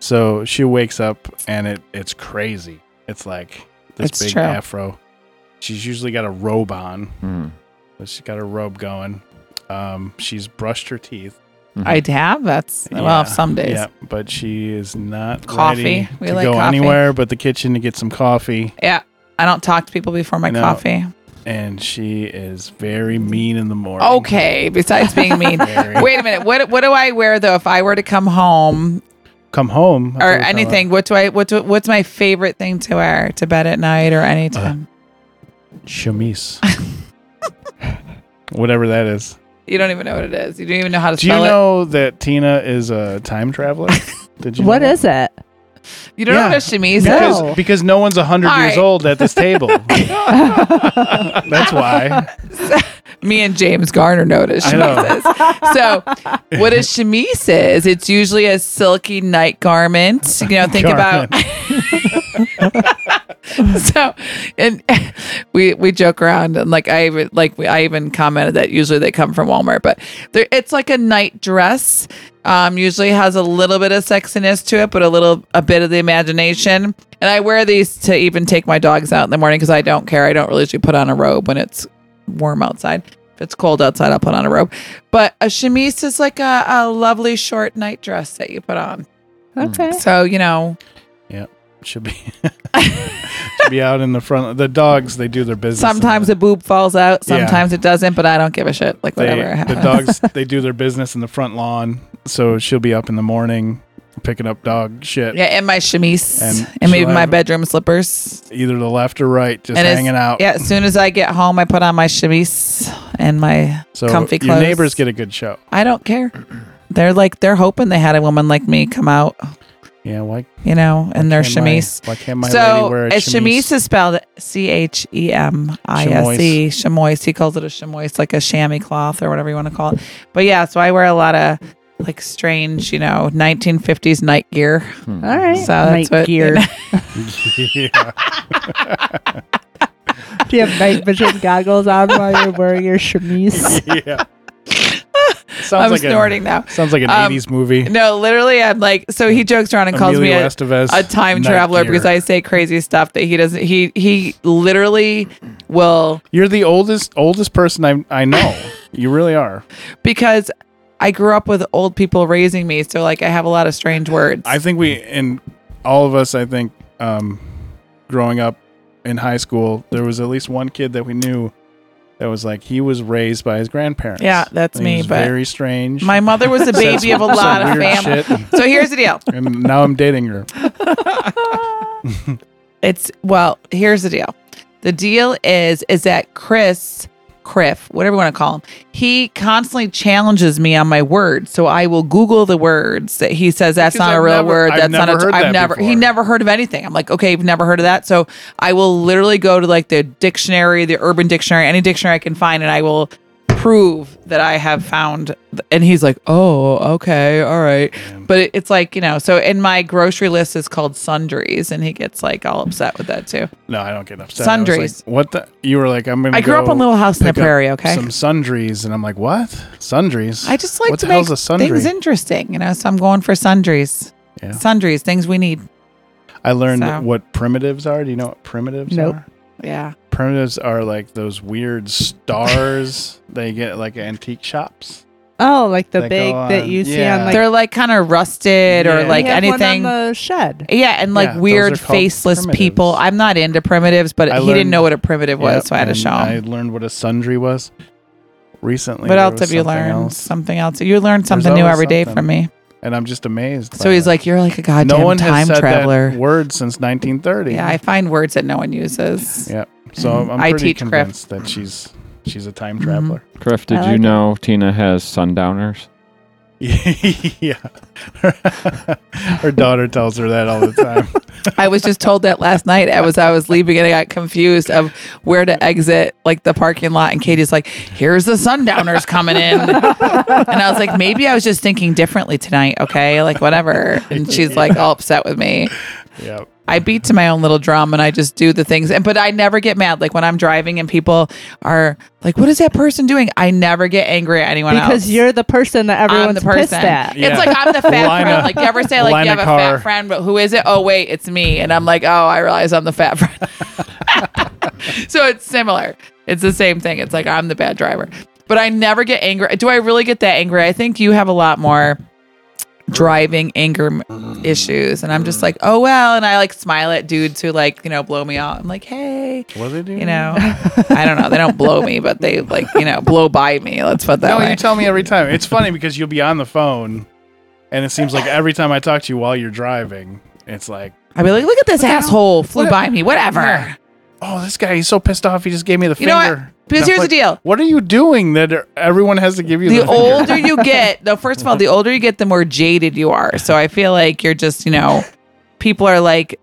so she wakes up and it it's crazy. It's like this It's big true. afro. She's usually got a robe on, Hmm. but she's got a robe going. Um, she's brushed her teeth. Hmm. I'd have that's Yeah, well some days. Yeah, but she is not Coffee. ready We to like go coffee. anywhere but the kitchen to get some coffee, Yeah, I don't talk to people before my No. coffee. and she is very mean in the morning. Okay. Besides being mean, Very- Wait a minute. What what do I wear though if I were to come home Come home I thought we or were talking anything? What do I what do, what's my favorite thing to wear to bed at night or Uh-huh. anytime? about Chemise. Whatever that is. you don't even know what it is. You don't even know how to Do you spell know that Tina is a time traveler? Did you? What know is it? it. You don't Yeah. know what a chemise No. is. Because, because no one's 100 All years right. old at this table. That's why. Me and James Garner know what a I know. chemise is. So what a chemise is, it's usually a silky night garment. You know, think about so and we we joke around and like I even like we, I even commented that usually they come from Walmart, but there it's like a night dress. Um, usually has a little bit of sexiness to it, but a little a bit of the imagination. And I wear these to even take my dogs out in the morning because I don't care. I don't really usually put on a robe when it's warm outside. If it's cold outside, I'll put on a robe. But a chemise is like a, a lovely short night dress that you put on. Okay. So you know, Yeah. should be should be out in the front. The dogs they do their business. in Sometimes the, a boob falls out, Yeah. sometimes it doesn't, but I don't give a shit. Like they, whatever happens. the dogs they do their business in the front lawn. So she'll be up in the morning picking up dog shit, Yeah, and my chemise And and, maybe she'll my have- bedroom slippers. either to the left or right, just and as- hanging out. Yeah, as soon as I get home, I put on my chemise and my so comfy your clothes. neighbors get a good show. I don't care. They're like they're hoping they had a woman like me come out, Yeah, why? you know, in their can't my- chemise. Why can't my so lady wear a a chemise is spelled C H E M I S E. Chamois. He calls it a chamois, like a chamois cloth or whatever you want to call it. But yeah, so I wear a lot of like strange, you know, 1950s night gear. Hmm. All right. So night that's what gear. yeah. Do you have night vision goggles on while you're wearing your chemise? yeah. Sounds I'm like snorting now. A, sounds like an Um, 80s movie. No, literally, I'm like, so he jokes around and calls Emilio me a, Estevez, a time night traveler gear. because I say crazy stuff that he doesn't. He he literally will You're the oldest oldest person I I know. you really are. because I grew up with old people raising me, so like I have a lot of strange words. I think we and all of us. I think um, growing up in high school, there was at least one kid that we knew that was like he was raised by his grandparents. Yeah, that's He me, was but- very strange. My mother was the Said baby of a some lot of weird family. shit, So here's the deal. and now I'm dating her. It's well, here's the deal. The deal is is that Chris Criff, whatever you want to call him, he constantly challenges me on my words. So I will Google the words that he says that's Because not a I've real never- word. I've That's not a. never heard have that never he before. never heard of anything. I'm like, okay, you've never heard of that. So I will literally go to like the dictionary, the urban dictionary, any dictionary I can find, and I will prove that I have found. th- And he's like, oh, okay, all right. But it, it's like, you know, so and my grocery list is called sundries, and he gets like all upset with that too. No, I don't get upset. I was Sundries. like, what the? You were like, I'm gonna. I grew up go on Little House on the pick up Prairie, okay? Some sundries, and I'm like, what? Sundries. I just like what to the make hell's a sundry? things interesting, you know, so I'm going for sundries. Yeah. Sundries, things we need. I learned So. what primitives are. Do you know what primitives Nope. are? Yeah. Primitives are like those weird stars they get at like antique shops. Oh, like the That big go that on- you see yeah. on like They're like kind of rusted or Yeah. like We have one anything. on the shed. Yeah, and like Yeah, those are weird called faceless primitives. people. I'm not into primitives, but I he learned- didn't know what a primitive was, Yep, so I had to and show I him. learned what a sundry was recently. What There else was have you something learned? else, Something else. You learn something new always every day something. from me. and I'm just amazed. So by he's that. like, "You're like a goddamn no one time has said traveler." that word since 1930. Yeah, I find words that no one uses. Yep. So I'm, I'm I pretty teach craft. convinced that she's she's a time traveler. Criff, did I you like it. know Tina has sundowners? yeah. her daughter tells her that all the time. I was just told that last night. I was I was leaving and I got confused of where to exit like the parking lot. And Katie's like, "Here's the sundowners coming in," and I was like, "Maybe I was just thinking differently tonight." Okay, like whatever. And she's like all upset with me. yep. I beat to my own little drum and I just do the things. And but I never get mad. Like when I'm driving and people are like, "What is that person doing?" I never get angry at anyone else Because you're the person that I'm everyone's the person. pissed at. Yeah. It's like I'm the fat Line friend. a- Like you ever say like line you a have a car. fat friend, but who is it? Oh wait, it's me. And I'm like, oh, I realize I'm the fat friend. so it's similar. It's the same thing. It's like I'm the bad driver. But I never get angry. Do I really get that angry? I think you have a lot more driving anger m- issues and i'm just like oh well and i like smile at dudes who like you know blow me off i'm like hey What do they do? you know i don't know they don't blow me but they like you know blow by me let's put that No, way you tell me every time. It's funny because you'll be on the phone, and it seems like every time I talk to you while you're driving, it's like, I'd be like, look at this asshole flew by me, whatever. oh, this guy, he's so pissed off. He just gave me the You know finger. what? Because And I'm here's the like, deal. What are you doing that er- everyone has to give you the, The finger? older you get, though, first of all, the older you get, the more jaded you are. So I feel like you're just, you know, people are like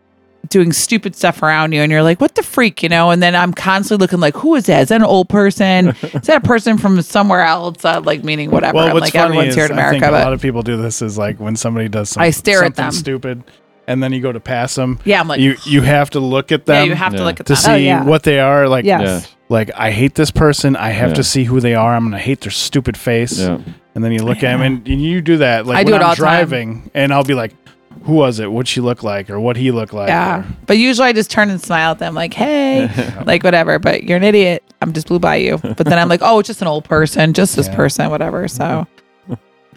doing stupid stuff around you and you're like, what the freak, you know? And then I'm constantly looking like, who is that? Is that an old person? Is that a person from somewhere else? Uh, like, meaning whatever. Well, I'm what's like, funny everyone's is here in I America, think a lot but of people do this is like when somebody does some, I stare at something them. stupid, and then you go to pass them. yeah, I'm like, you you have to look at yeah, them you have Yeah. to look at to that. see Oh, yeah. what they are. Like Yes. like I hate this person. I have Yeah. to see who they are. I'm gonna hate their stupid face. Yeah. And then you look at him and and you do that. Like I when do it I'm all the time. driving, and I'll be like, "Who was it? What'd she look like? Or what he look like?" Yeah. or- But usually I just turn and smile at them, like, hey, like whatever. But you're an idiot. I'm just blew by you. But then I'm like, oh, it's just an old person, just this Yeah. person, whatever. So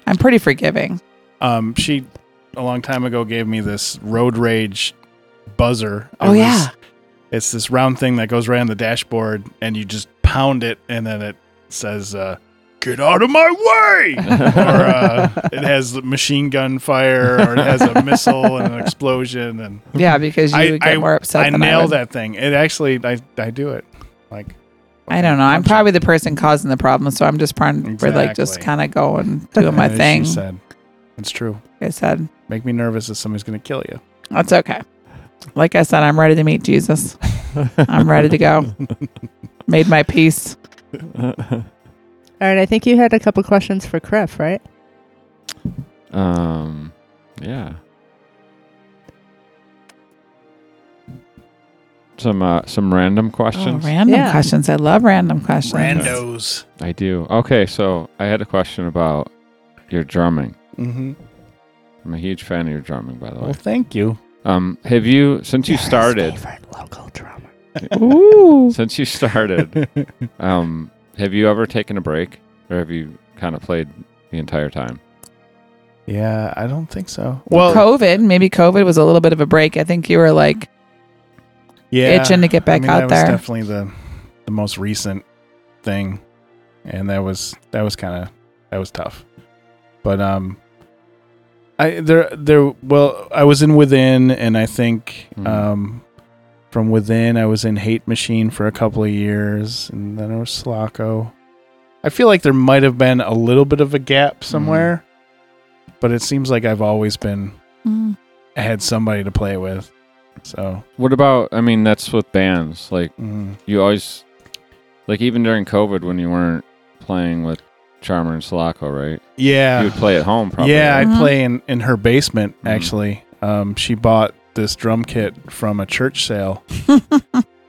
I'm pretty forgiving. um, she a long time ago gave me this road rage buzzer. It Oh, yeah. It's this round thing that goes right on the dashboard, and you just pound it, and then it says, uh, "Get out of my way!" or uh, it has machine gun fire, or it has a missile and an explosion, and Yeah, because you I- would get I- more upset. I than nail I would. that thing. It actually, I, I do it. Like I don't know. I'm probably the person causing the problem, so I'm just trying we're like just Exactly. kind of going doing my she thing. said, "It's true. I said Make me nervous that somebody's gonna kill you." that's okay. Like I said, I'm ready to meet Jesus. I'm ready to go. Made my peace. All right, I think you had a couple questions for Criff, right? Um, yeah. Some uh, some random Oh, questions. random Yeah. questions. I love random questions. Randos. I do. Okay, so I had a question about your drumming. Mm-hmm. I'm a huge fan of your drumming, by the way. Well, thank you. Um, have you since you started? Favorite local drummer. Ooh. Since you started, um, have you ever taken a break, or have you kind of played the entire time? Yeah, I don't think so. Well, COVID, maybe COVID was a little bit of a break. I think you were like, yeah, itching to get back that out there. Was definitely the the most recent thing, and that was that was kind of that was tough. But um, I there there well I was in Within, and I think Mhm. um, from Within I was in Hate Machine for a couple of years, and then I was Slocko. I feel like there might have been a little bit of a gap somewhere, but it seems like I've always been mm, I had somebody to play with. So What about? I mean, that's with bands. Like mm, you always, like even during COVID when you weren't playing with Charmer and Sulaco, right? yeah, You would play at home, probably. Yeah, right? I'd Mhm. play in, in her basement Mhm. actually. Um, she bought this drum kit from a church sale.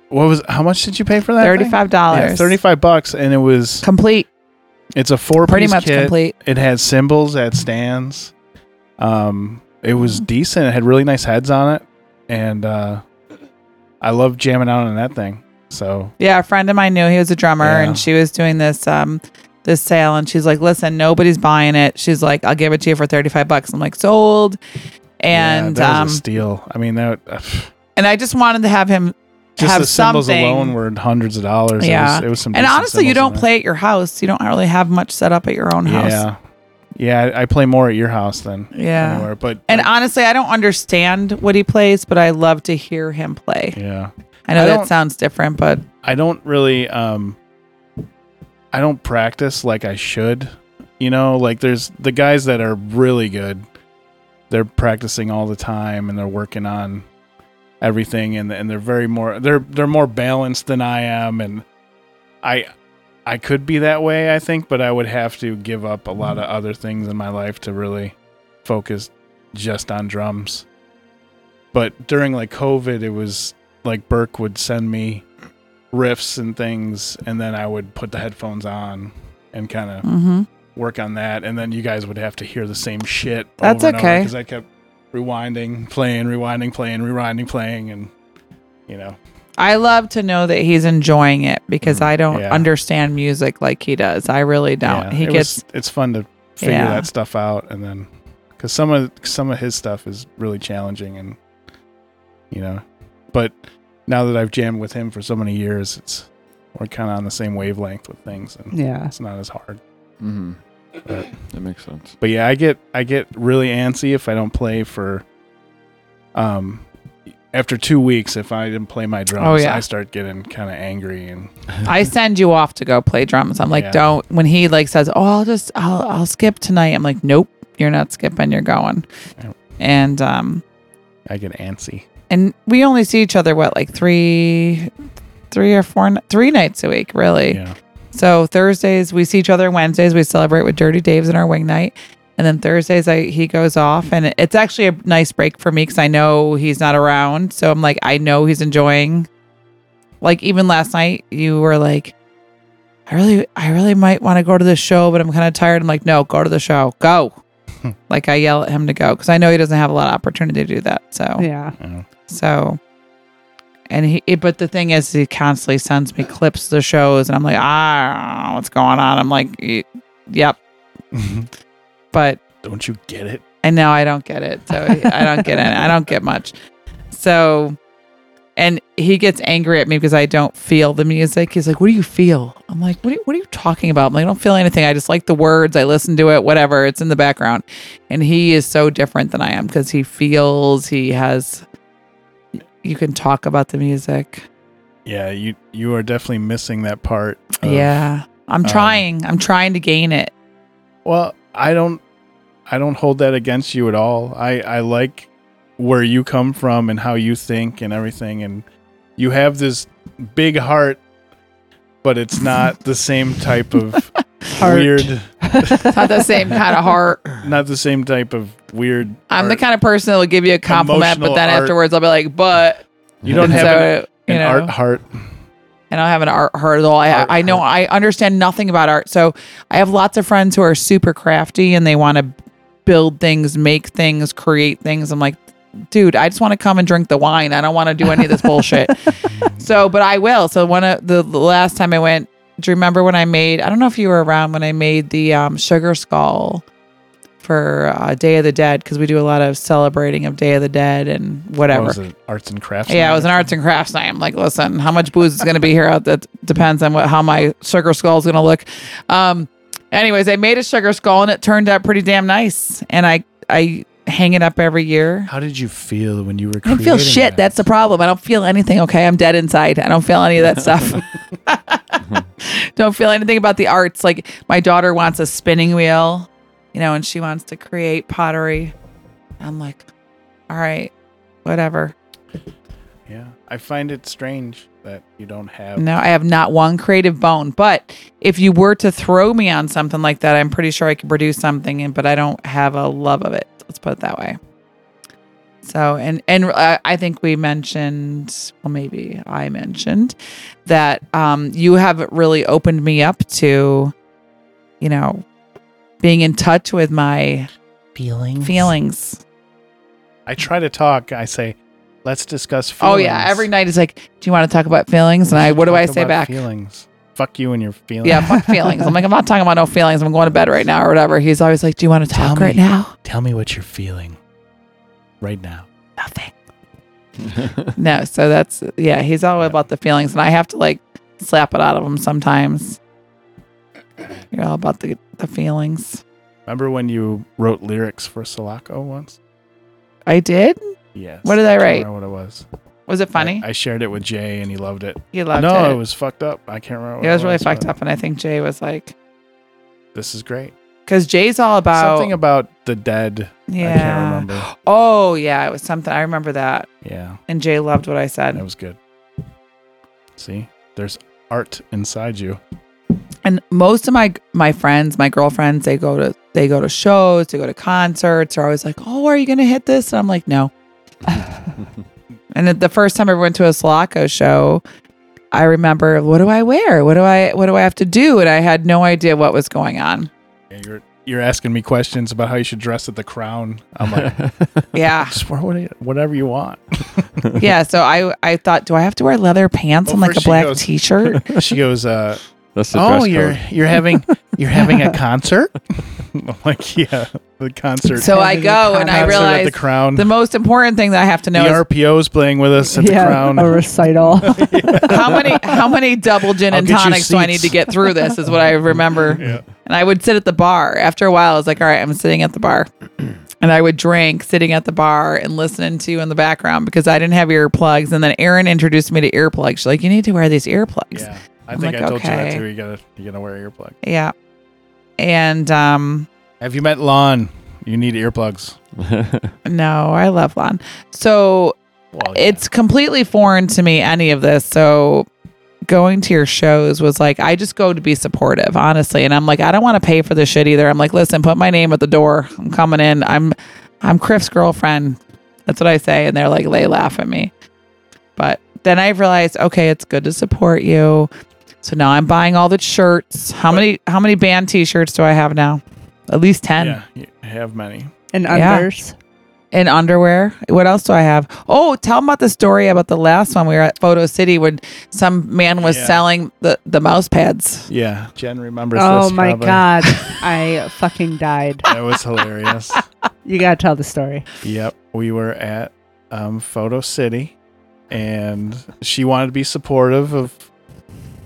what was how much did you pay for that? thing? $35. Yeah, Thirty-five bucks, and it was Complete. it's a four Pretty much kit. complete. It had cymbals at stands. Um, it was Mm-hmm. decent. It had really nice heads on it, and uh, I love jamming out on that thing. So Yeah, a friend of mine knew he was a drummer Yeah. and she was doing this um this sale and she's like, Listen, nobody's buying it. She's like, I'll give it to you for thirty five bucks. I'm like, sold. And yeah, that um was a steal. I mean that and I just wanted to have him just have the cymbals something. alone were hundreds of dollars. it Yeah. was, it was some. and decent honestly you cymbals on don't there. play at your house. You don't really have much set up at your own house. Yeah. Yeah, I- I play more at your house than Yeah. anywhere. But And honestly, I don't understand what he plays, but I love to hear him play. yeah, I know I that don't- sounds different, but I don't really um I don't practice like I should. You know, like there's the guys that are really good. They're practicing all the time and they're working on everything and and they're very more they're they're more balanced than I am and I I could be that way, I think, but I would have to give up a lot of other things in my life to really focus just on drums. But during like COVID, it was like Burke would send me riffs and things, and then I would put the headphones on and kind of mhm. work on that, and then you guys would have to hear the same shit. That's okay. because I kept rewinding, playing, rewinding, playing, rewinding, playing, and you know, I love to know that he's enjoying it because I don't Mm-hmm. yeah. understand music like he does. I really don't. yeah, he it was- gets it's fun to figure Yeah. that stuff out, and then because some of some of his stuff is really challenging, and you know, but now that I've jammed with him for so many years, it's we're kind of on the same wavelength with things, and Yeah. it's not as hard. Mhm. That makes sense. But yeah, I get I get really antsy if I don't play for um after two weeks if I didn't play my drums, Oh, yeah. I start getting kind of angry and I send you off to go play drums. I'm like, Yeah. don't. When he like says, "Oh, I'll just, I'll, I'll skip tonight." I'm like, nope, you're not skipping. You're going. Yep. And um, I get antsy. and we only see each other what like three, three or four, ni- three nights a week, really. Yeah. So Thursdays we see each other. Wednesdays we celebrate with Dirty Dave's and our wing night. And then Thursdays I, he goes off, and it's actually a nice break for me because I know he's not around. So I'm like, I know he's enjoying. Like even last night, you were like, I really, I really might want to go to the show, but I'm kind of tired. I'm like, no, go to the show, go. like I yell at him to go because I know he doesn't have a lot of opportunity to do that. So Yeah. yeah. so, and he, it- but the thing is, he constantly sends me clips of the shows, and I'm like, ah, I don't know what's going on? I'm like, "Y- yep, but Don't you get it? I know I don't get it. So I don't get it. I don't get much. So, and he gets angry at me because I don't feel the music. He's like, "What do you feel?" I'm like, "What are you, what are you talking about?" I'm like, "I don't feel anything. I just like the words. I listen to it. Whatever. It's in the background." And he is so different than I am because he feels. He has. You can talk about the music. Yeah, you you are definitely missing that part. of- um, yeah, I'm trying. I'm trying to gain it. Well, I don't I don't hold that against you at all. I I like where you come from and how you think and everything and you have this big heart but it's not the same type of Heart. weird It's not the same kind of heart. not the same type of weird I'm the art. kind of person that will give you a compliment, but Emotional then art. afterwards I'll be like, "But you don't have an, so, you an know." art heart and I don't have an art heart at all. I, Art I know I understand nothing about art. So I have lots of friends who are super crafty and they want to build things, make things, create things. I'm like, dude, I just want to come and drink the wine. I don't want to do any of this bullshit. So, but I will. So one of the, the last time I went, do you remember when I made? I don't know if you were around when I made the um, sugar skull for uh, Day of the Dead because we do a lot of celebrating of Day of the Dead and what whatever. was it arts and crafts Yeah, it was an arts and crafts night. I'm like, listen, how much booze is going to be here? Out that depends on what how my sugar skull is going to look. Um, anyways, I made a sugar skull and it turned out pretty damn nice. And I I hang it up every year. how did you feel when you were I don't feel creating shit. that? That's the problem. I don't feel anything. Okay, I'm dead inside. I don't feel any of that stuff. don't feel anything about the arts. Like my daughter wants a spinning wheel, you know, and she wants to create pottery. I'm like, all right, whatever. yeah I find it strange that you don't have No, I have not one creative bone. But if you were to throw me on something like that, I'm pretty sure I could produce something. And but I don't have a love of it. Let's put it that way. So and and uh, I think we mentioned, well, maybe I mentioned that um, you have really opened me up to, you know, being in touch with my feelings. Feelings. I try to talk I say let's discuss feelings Oh yeah. Every night is like, do you want to talk about feelings? And I, what do I Talk say about back? Feelings. Fuck you and your feelings. Yeah, fuck feelings. I'm like, I'm not talking about no feelings. I'm going to bed right now or whatever. He's always like, Do you want to talk right now? Tell me what you're feeling right now. Nothing. no, so that's, yeah, he's all about the feelings. And I have to like slap it out of him sometimes. You're all about the, the feelings. Remember when you wrote lyrics for Sulaco once? I did. Yes. What did I can't write? remember what it was. Was it funny? I, I shared it with Jay and he loved it. you loved no, it. it. was fucked up. I can't remember. What it was really fucked but up. And I think Jay was like, This is great. Because Jay's all about, Something about the dead. yeah. I can't remember. Oh, yeah. It was something. I remember that. Yeah, And Jay loved what I said. that was good. See, there's art inside you. and most of my my friends, my girlfriends, they go to they go to shows, they go to concerts. They're always like, "Oh, are you going to hit this?" And I'm like, "No." and the- the first time I went to a Sulaco show, I remember, "What do I wear? What do I what do I have to do?" And I had no idea what was going on. Yeah, you're you're asking me questions about how you should dress at the crown. I'm like, Yeah, just wear what- whatever you want. yeah. So I I thought, do I have to wear leather pants Well, and like first a she black goes- T-shirt? She goes, uh, That's the oh, dress you're code. you're having you're having a concert? I'm like, yeah, the concert. so I go and I concert realize at the Crown. E the The, most important thing that I have to know is RPO's playing with us at the yeah, Crown. a recital. how many how many double gin I'll and get you tonics do I need seats. to get through this is what I remember. And I would sit at the bar. After a while, I was like, all right, I'm sitting at the bar. And I would drink sitting at the bar and listening to you in the background because I didn't have earplugs. And then Erin introduced me to earplugs. She's like, you need to wear these earplugs. yeah, I I'm think like, I told you that okay. too. You gotta you gotta wear earplugs. Yeah. And um, Have you met Lon? You need earplugs. no, I love Lon. So Well, it's completely foreign to me any of this so going to your shows was like i just go to be supportive honestly and i'm like i don't want to pay for this shit either i'm like listen put my name at the door i'm coming in i'm i'm criff's girlfriend that's what i say and they're like they laugh at me but then i realized okay it's good to support you so now i'm buying all the shirts how many how many band t-shirts do i have now at least 10 yeah, you have many. and Yeah. unders. in underwear. What else do I have? Oh, tell them about the story about the last one we were at Photo City when some man was Yeah. selling the the mouse pads. Yeah, Jen remembers. Oh this my probably. god, I fucking died. that was hilarious. You gotta tell the story. yep, we were at um, Photo City, and she wanted to be supportive of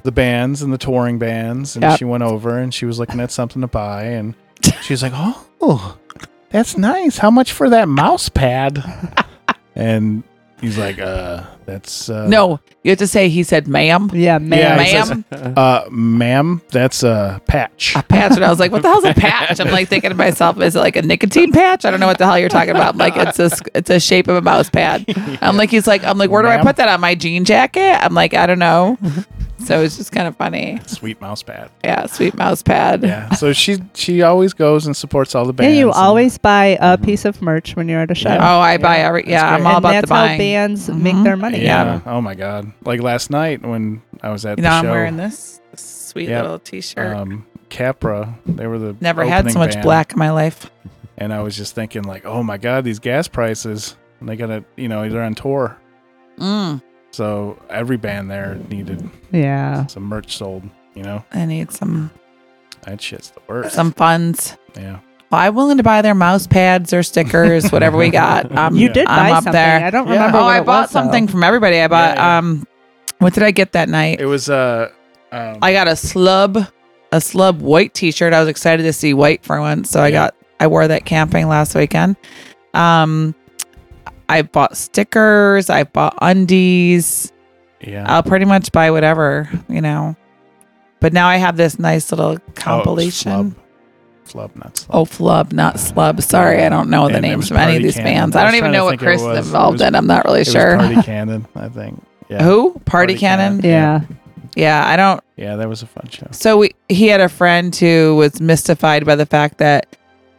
the bands and the touring bands, and Yep. she went over and she was looking at something to buy, and she was like, "Oh, that's nice. How much for that mouse pad?" and he's like, "Uh, that's uh, No, you have to say he said, ma'am. Yeah, man. Yeah, he says- Ma'am. uh, ma'am, that's a patch." Uh, a patch and I was like, what the hell's a patch? I'm like thinking to myself, is it like a nicotine patch? I don't know what the hell you're talking about. I'm like it's a it's a shape of a mouse pad. I'm like he's like I'm like where do I Ma'am? put that on my jean jacket? I'm like I don't know. So it's just kind of funny. Sweet mouse pad. Yeah, sweet mouse pad. Yeah. So she she always goes and supports all the Yeah, bands. you and- always buy a piece of merch when you're at a show. Oh, I buy every. Yeah, I'm all and about that's the buying. Mm-hmm. how bands make their money. Yeah. Oh my god. Like last night when I was at you know, the I'm show. wearing this, this sweet Yep. little T-shirt. um Capra, they were the Never had opening so much band, black in my life. And I was just thinking like, oh my god, these gas prices. And they gotta, you know, they're on tour. Mm, So every band there needed Yeah. some merch sold. You know, I need some that shit's the worst. some funds. yeah. Well, I'm willing to buy their mouse pads or stickers, whatever we got. Um, You did I'm buy up something. There. I don't Yeah. remember. oh, what I it bought was, though. something from everybody. I bought. yeah. Um, what did I get that night? It was uh um, I got a slub, a slub white T-shirt. I was excited to see white for once, so I Yeah. got. I wore that camping last weekend. Um, I bought stickers. I bought undies. yeah. Oh, I'll pretty much buy whatever you know. But now I have this nice little compilation. Oh, flub. Flub, not slub. Oh, flub, not slub. Sorry, I don't know the And it names was of any of Party these Cannon. bands. I I was don't even trying to know what think it Chris was- is involved it was- in. I'm not really It was sure. Party Cannon, I think. Yeah. Who? Party, Cannon? Yeah. Yeah, I don't. Yeah, that was a fun show. So we, he had a friend who was mystified by the fact that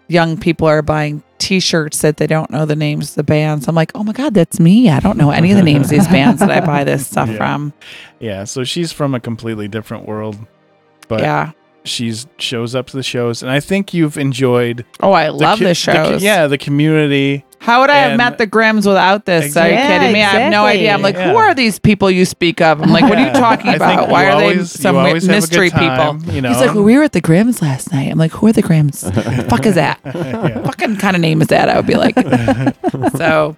young people are buying T-shirts that they don't know the names of the bands. I'm like, oh my god, that's me. I don't know any of the names of these bands that I buy this stuff Yeah. from. Yeah, so she's from a completely different world, but yeah. she's shows up to the shows, and I think you've enjoyed. Oh, I love co- the shows. yeah, the community. How would I have And- met the Grims without this? Are you Exactly. kidding me? I have no Exactly. idea. I'm like, Yeah. who are these people you speak of? I'm like, what are you Yeah. talking I about? think Why you are always- they you some always have a mystery good time, people? you He's know? like, well, we were at the Grims last night. I'm like, who are the Grims? the fuck is that? Yeah, Fucking kind of name is that? I would be like, so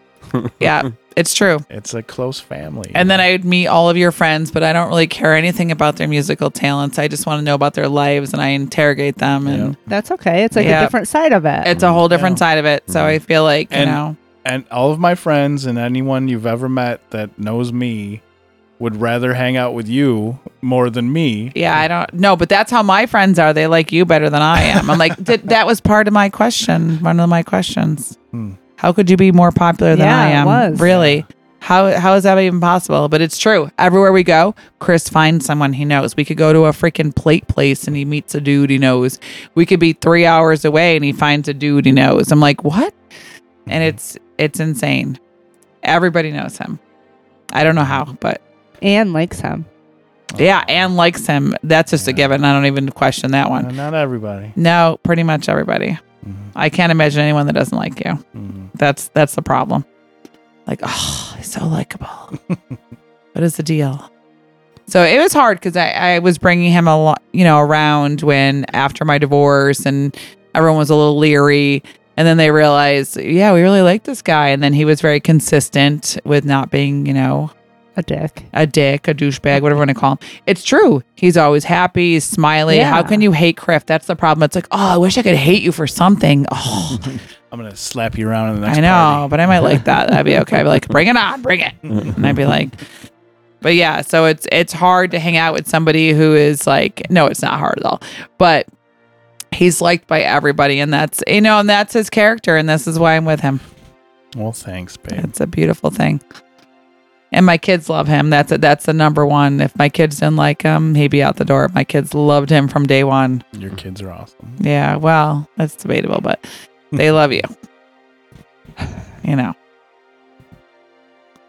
yeah, it's true. it's a close family. And then I would meet all of your friends, but I don't really care anything about their musical talents. I just want to know about their lives and I interrogate them. And That's okay. It's like Yeah. a different side of it. it's a whole different Yeah. Mm-hmm. side of it. So I feel like, you And- know, and all of my friends and anyone you've ever met that knows me would rather hang out with you more than me. Yeah, I don't know, but that's how my friends are. They like you better than I am. I'm like, th- that was part of my question. One of my questions. Hmm. How could you be more popular than Yeah, I it am? was. Really? How how is that even possible? But it's true. Everywhere we go, Chris finds someone he knows. We could go to a freaking plate place and he meets a dude he knows. We could be three hours away and he finds a dude he knows. I'm like, what? And it's it's insane. Everybody knows him. I don't know how, but Anne likes him. yeah, and likes him. That's just a given. I don't even question that one. Uh, not everybody. No, pretty much everybody. Mhm. I can't imagine anyone that doesn't like you. Mhm. That's that's the problem. Like, oh, he's so likable. what is the deal? So it was hard because I, I was bringing him a lot, you know, around when after my divorce and everyone was a little leery. And then they realized, yeah, we really like this guy. And then he was very consistent with not being, you know, A dick. a dick, a douchebag, whatever you want to call him. It's true. He's always happy, he's smiley. Yeah. How can you hate Criff? That's the problem. It's like, oh, I wish I could hate you for something. Oh, I'm gonna slap you around in the next I know, party. but I might like that. That'd be okay. I'd be like, bring it on, bring it. And I'd be like, but yeah, so it's it's hard to hang out with somebody who is like, no, it's not hard at all. But he's liked by everybody, and that's you know, and that's his character, and this is why I'm with him. Well, thanks, babe. It's a beautiful thing. And my kids love him. That's that's the number one. If my kids didn't like him, he'd be out the door. My kids loved him from day one. Your kids are awesome. Yeah, well, that's debatable, but they love you. You know.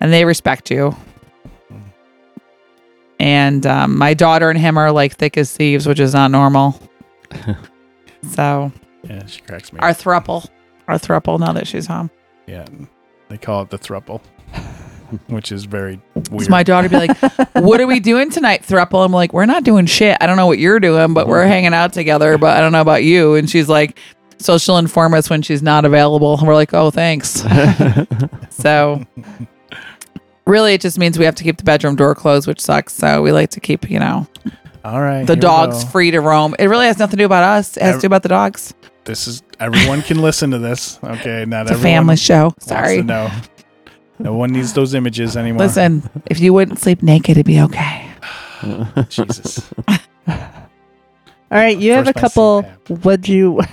And they respect you. And um, my daughter and him are like thick as thieves, which is not normal. so Yeah, she cracks me. our up. thruple, our thruple. Now that she's home, yeah, they call it the thruple, which is very weird. so my daughter be like, "What are we doing tonight, thruple?" I'm Mm-hmm. like, "We're not doing shit. I don't know what you're doing, but we're hanging out together. But I don't know about you." And she's like, So she'll inform us when she's not available. And we're like, oh, thanks. so really, it just means we have to keep the bedroom door closed, which sucks. So we like to keep, you know, All right. the here we dogs go. free to roam. It really has nothing to do about us, it has to do about the dogs. This is everyone can listen to this. Okay, not It's a everyone. family show. Sorry. No. No one needs those images anymore. Listen, if you wouldn't sleep naked, it'd be okay. Jesus. All right, you have a First my couple. Would you?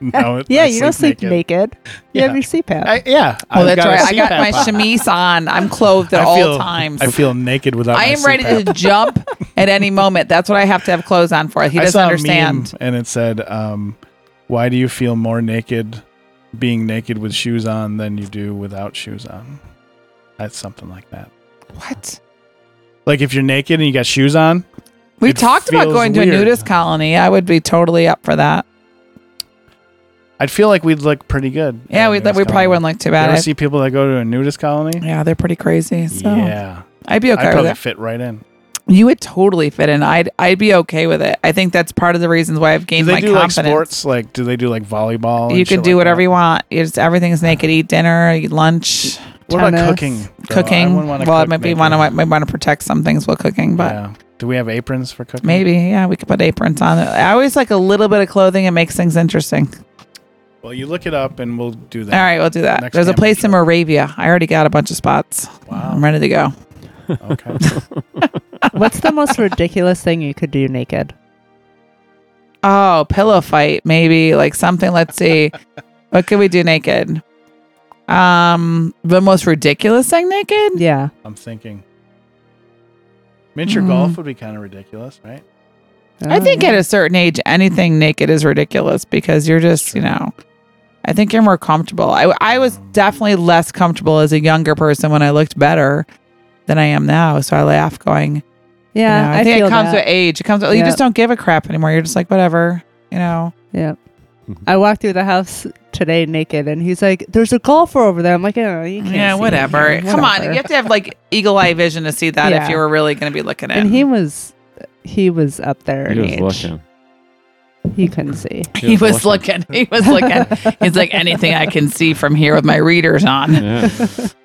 No, yeah, I you don't sleep naked. You have your CPAP. I, yeah. Well, I've that's got a right. I got CPAP my on. chemise on. I'm clothed at I all feel- times. I feel naked without. my I am ready CPAP. to jump at any moment. That's what I have to have clothes on for. He I doesn't saw a understand. meme and it said, um, "Why do you feel more naked being naked with shoes on than you do without shoes on?" That's something like that. What? Like if you're naked and you got shoes on, We It talked about feels going to a weird. nudist colony. I would be totally up for that. I'd feel like we'd look pretty good. Yeah, at a we, nudist we probably colony. wouldn't look too You bad. ever I- see people that go to a nudist colony? yeah, they're pretty crazy. So Yeah, I'd be I okay with probably that. fit right in. You would totally fit in. I'd I'd be okay with it. I think that's part of the reasons why I've Do gained they my do confidence. like sports? Like, do they do like volleyball? and you shit can do like whatever that? you want. It's everything's naked. Eat dinner. Eat lunch. What about Tennis, cooking? Girl, I cooking. wouldn't Well, wanna it cook might be naked. one I might want to protect some things while cooking, but Yeah. Do we have aprons for cooking? Maybe, yeah, we could put aprons on. I always like a little bit of clothing. It makes things interesting. Well, you look it up and we'll do that. All right, we'll do that. Next There's a camping place in trip. Moravia. I already got a bunch of spots. I'm Wow. ready to go. Okay. What's the most ridiculous thing you could do naked? Oh, pillow fight, maybe like something. Let's see, what could we do naked? Um, the most ridiculous thing naked. Yeah. I'm thinking. Miniature Mm. golf would be kind of ridiculous, right? Oh. I think at a certain age, anything naked is ridiculous because you're just, you know, I think you're more comfortable. I, I was definitely less comfortable as a younger person when I looked better than I am now. So I laugh going, you Yeah, know, I, I, think feel it comes that. with age. It comes, you Yeah. just don't give a crap anymore. You're just like, whatever, you know. Yeah. Mm-hmm. I walked through the house today naked, and he's like, "There's a golfer over there." I'm like, "Oh, you can't." Yeah, see whatever. anything. Come on. Whatever." You have to have like eagle eye vision to see that Yeah. if you were really going to be looking at And he was, he was up there. He in was age. looking. He couldn't see. He was looking. He was looking. He's like, anything I can see from here with my readers on. Yeah.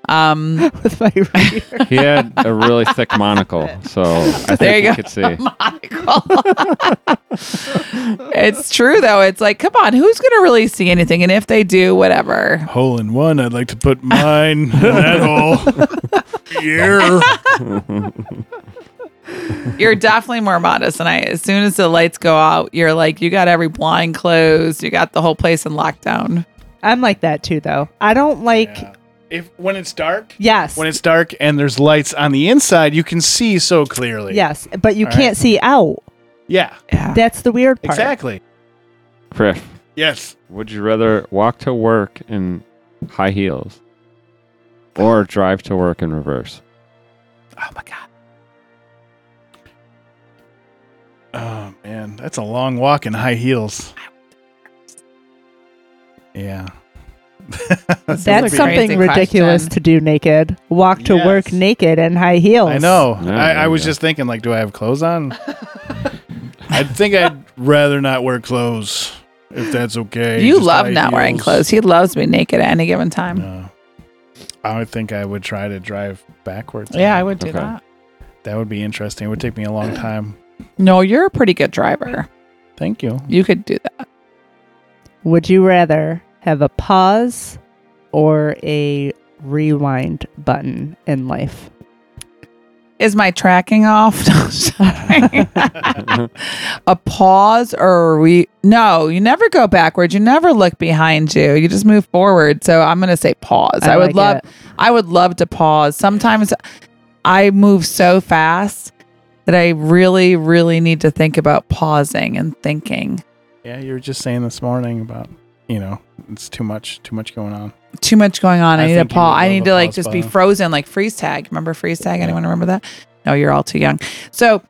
Um, with my reader. He had a really thick monocle, so I There think you you go. could see. monocle. it's true though. It's like, come on, who's gonna really see anything? And if they do, whatever. Hole in one. I'd like to put mine in that hole. Yeah. You're definitely more modest than I. As soon as the lights go out, you're like, you got every blind closed. You got the whole place in lockdown. I'm like that too, though. I don't like. Yeah. If when it's dark, Yes. when it's dark and there's lights on the inside, you can see so clearly. yes, but you All right. can't see out. Yeah. Yeah. That's the weird part. Exactly. Criff, Yes. would you rather walk to work in high heels or drive to work in reverse? Oh my god. Oh man, that's a long walk in high heels. Yeah. That's a something crazy ridiculous question. to do naked. Walk to work Yes. naked in high heels. I know. Yeah, I, there I you was go. just thinking, like, do I have clothes on? I think I'd rather not wear clothes, if that's okay. you Just love high not wearing heels. clothes. He loves me naked at any given time. No. I would think I would try to drive backwards. Yeah, I would do Okay. that. That would be interesting. It would take me a long time. No, you're a pretty good driver. Thank you. You could do that. Would you rather have a pause or a rewind button in life? Is my tracking off? No, I'm sorry. a pause or a re- no? You never go backwards. You never look behind you. You just move forward. So I'm gonna say pause. I I, like would love. it. I would love to pause. Sometimes I move so fast that I really, really need to think about pausing and thinking. Yeah, you were just saying this morning about, you know, it's too much, too much going on. Too much going on. I, I need a think you pause. would I love need a to like pause just be button. frozen, like freeze tag. Remember freeze tag? Anyone remember that? No, you're all too young. So.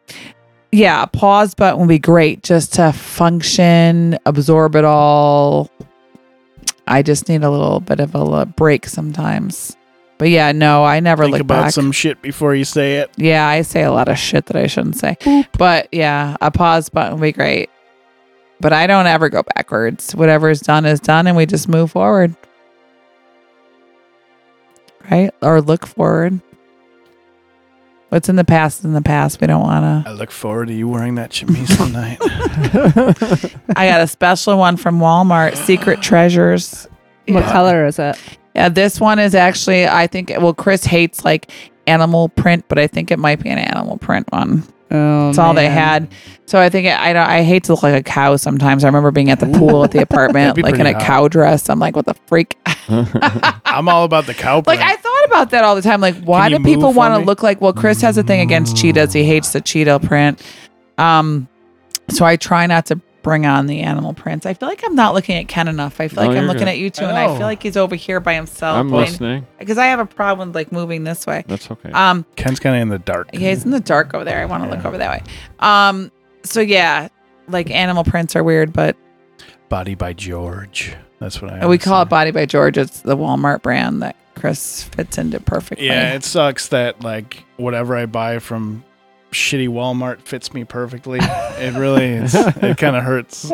Yeah, a pause button would be great just to function, absorb it all, I just need a little bit of a li- break sometimes. But yeah, no, I never Think look about back. some shit before you say it. yeah, I say a lot of shit that I shouldn't say. But yeah, a pause button would be great. But I don't ever go backwards. Whatever is done is done, and we just move forward. Right? Or look forward. What's in the past is in the past. We don't want I look forward to you wearing that chemise tonight. to. I got a special one from Walmart Secret Treasures. What color is it? Yeah, this one is actually, I think, well, Chris hates like animal print, but I think it might be an animal print one. Oh, That's all they had. So I think I don't. I hate to look like a cow sometimes. I remember being at the pool at the That'd apartment, be like in pretty a hot. cow dress. I'm like, what the freak? Oh, I'm all about the cow like print. I thought about that all the time. Like, why you do people move for want to me? look like? Well, Chris has a thing against cheetahs. He hates the cheetah print. Um, so I try not to bring on the animal prints. I feel like I'm not looking at Ken enough. I feel No, like I'm you're looking good. at you two, I and I know. feel like he's over here by himself. I'm listening. because I have a problem with like moving this way. That's okay. Um, Ken's kind of in the dark. yeah, it's in the dark over there. I want to look over that way. Um, so yeah, like animal prints are weird, but Body by George. That's what I. we always call say. it Body by George. It's the Walmart brand that Chris fits into perfectly. Yeah, it sucks that like whatever I buy from shitty Walmart fits me perfectly. It really is. It kind of hurts.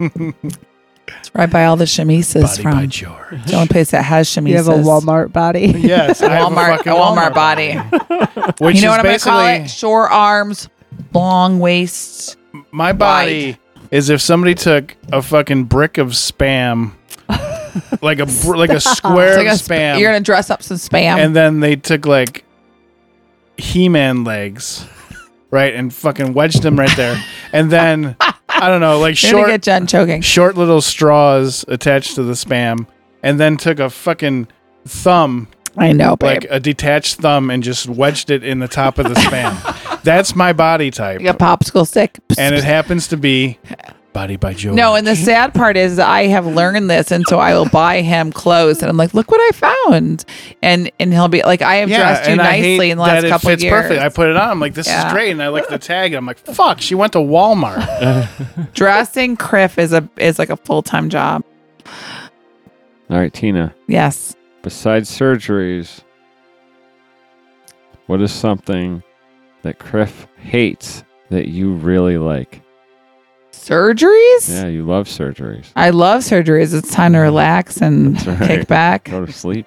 it's right by all the chemises Body from. by George. The only place that has chemises. You have a Walmart body. Yes, I have a Walmart, a fucking Walmart body. Which you know is what I'm going to call basically- it? Short arms, long waist. My body is if somebody took a fucking brick of spam, like a br- like a square It's like a of sp- spam, You're going to dress up some spam. and then they took like He-Man legs, right, and fucking wedged them right there, and then I don't know, like you're going to short get Jen choking. short little straws attached to the spam, and then took a fucking thumb, I know, babe. like a detached thumb, and just wedged it in the top of the spam. That's my body type, Like, a popsicle stick. and it happens to be body by George. No, and the sad part is I have learned this, and so I will buy him clothes, and I'm like, look what I found, and and he'll be like, I have dressed you and I hate nicely in the that last it couple fits years. Perfect. I put it on. I'm like, this Yeah. is great, and I like the tag. And I'm like, fuck, she went to Walmart. Dressing Criff is a is like a full time job. All right, Tina. Yes, Besides surgeries, what is something that Criff hates that you really like? surgeries. Yeah, you love surgeries. I love surgeries. It's time to relax and That's right. kick back. Go to sleep.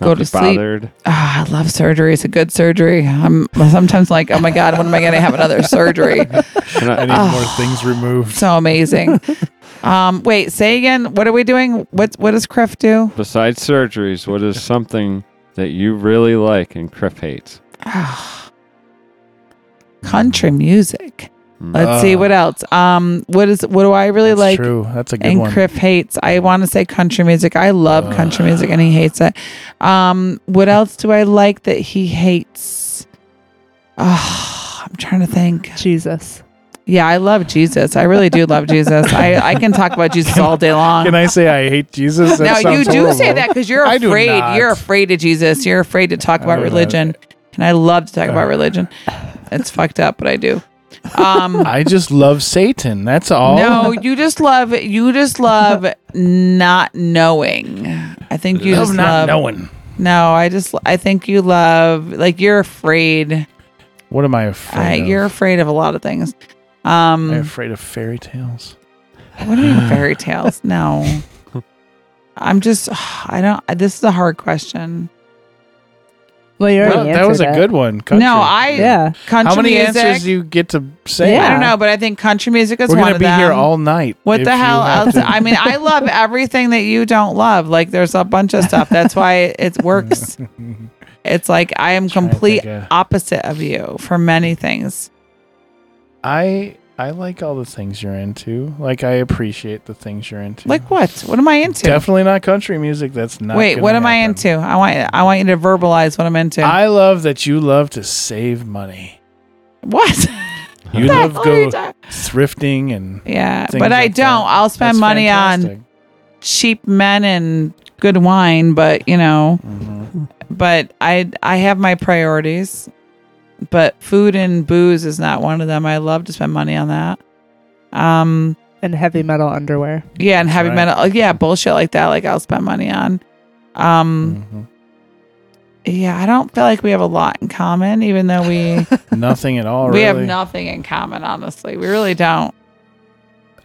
Go to sleep. Bothered. Ah, I love surgery. It's a good surgery. I'm sometimes like, oh my god, when am I going to have another surgery? Ah, Can I- I need more things removed. So amazing. Um, wait, say again. What are we doing? What what does Criff do? Besides surgeries, what is something that you really like and Criff hates? country music. Mm. Let's see what else. Um, what is what do I really Ah. That's like? true. That's a good And one. Ah. Criff hates. I want to say country music. I love country music, and he hates it. Um, what else do I like that he hates? Oh, I'm trying to think. Jesus. Yeah, I love Jesus. I really do love Jesus. I, I can talk about Jesus all day long. Can I say I hate Jesus? That now you sounds do say horrible. that because you're I do afraid. not. You're afraid of Jesus. You're afraid to talk about do not. religion, and I love to talk about religion. It's fucked up, but I do. Um, I just love Satan. That's all. No, you just love you just love not knowing. I think you I love just not love knowing. No, I just I think you love like you're afraid. What am I I, afraid of? you're afraid of a lot of things. I'm Um, afraid of fairy tales. what do you mean fairy tales? No, I'm just I don't. This is a hard question. Well, you already Well, that was a answered it. good one. Country. No, I Yeah. country How many music, answers do you get to say? Yeah. I don't know, but I think country music is We're one gonna of be them. here all night. What if the you hell have else? to- I mean, I love everything that you don't love. Like, there's a bunch of stuff. That's why it works. uh, It's like I Trying am to complete think of- opposite of you for many things. I I like all the things you're into. Like I appreciate the things you're into. Like what? What am I into? Definitely not country music. That's not. Wait, gonna what am I happen. into? I want I want you to verbalize what I'm into. I love that you love to save money. what? You The love hell are you go talking- thrifting and. yeah, things but I like don't. that. I'll spend That's money on fantastic. cheap men and good wine, but you know, Mm-hmm. but I I have my priorities. But food and booze is not one of them. I love to spend money on that. Um, And heavy metal underwear. yeah, and That's heavy right. metal, yeah, bullshit like that. Like I'll spend money on. Um, Mhm. Mm-hmm. yeah, I don't feel like we have a lot in common, even though we Nothing at all. we have Oh, really. Mm-hmm. nothing in common. Honestly, we really don't.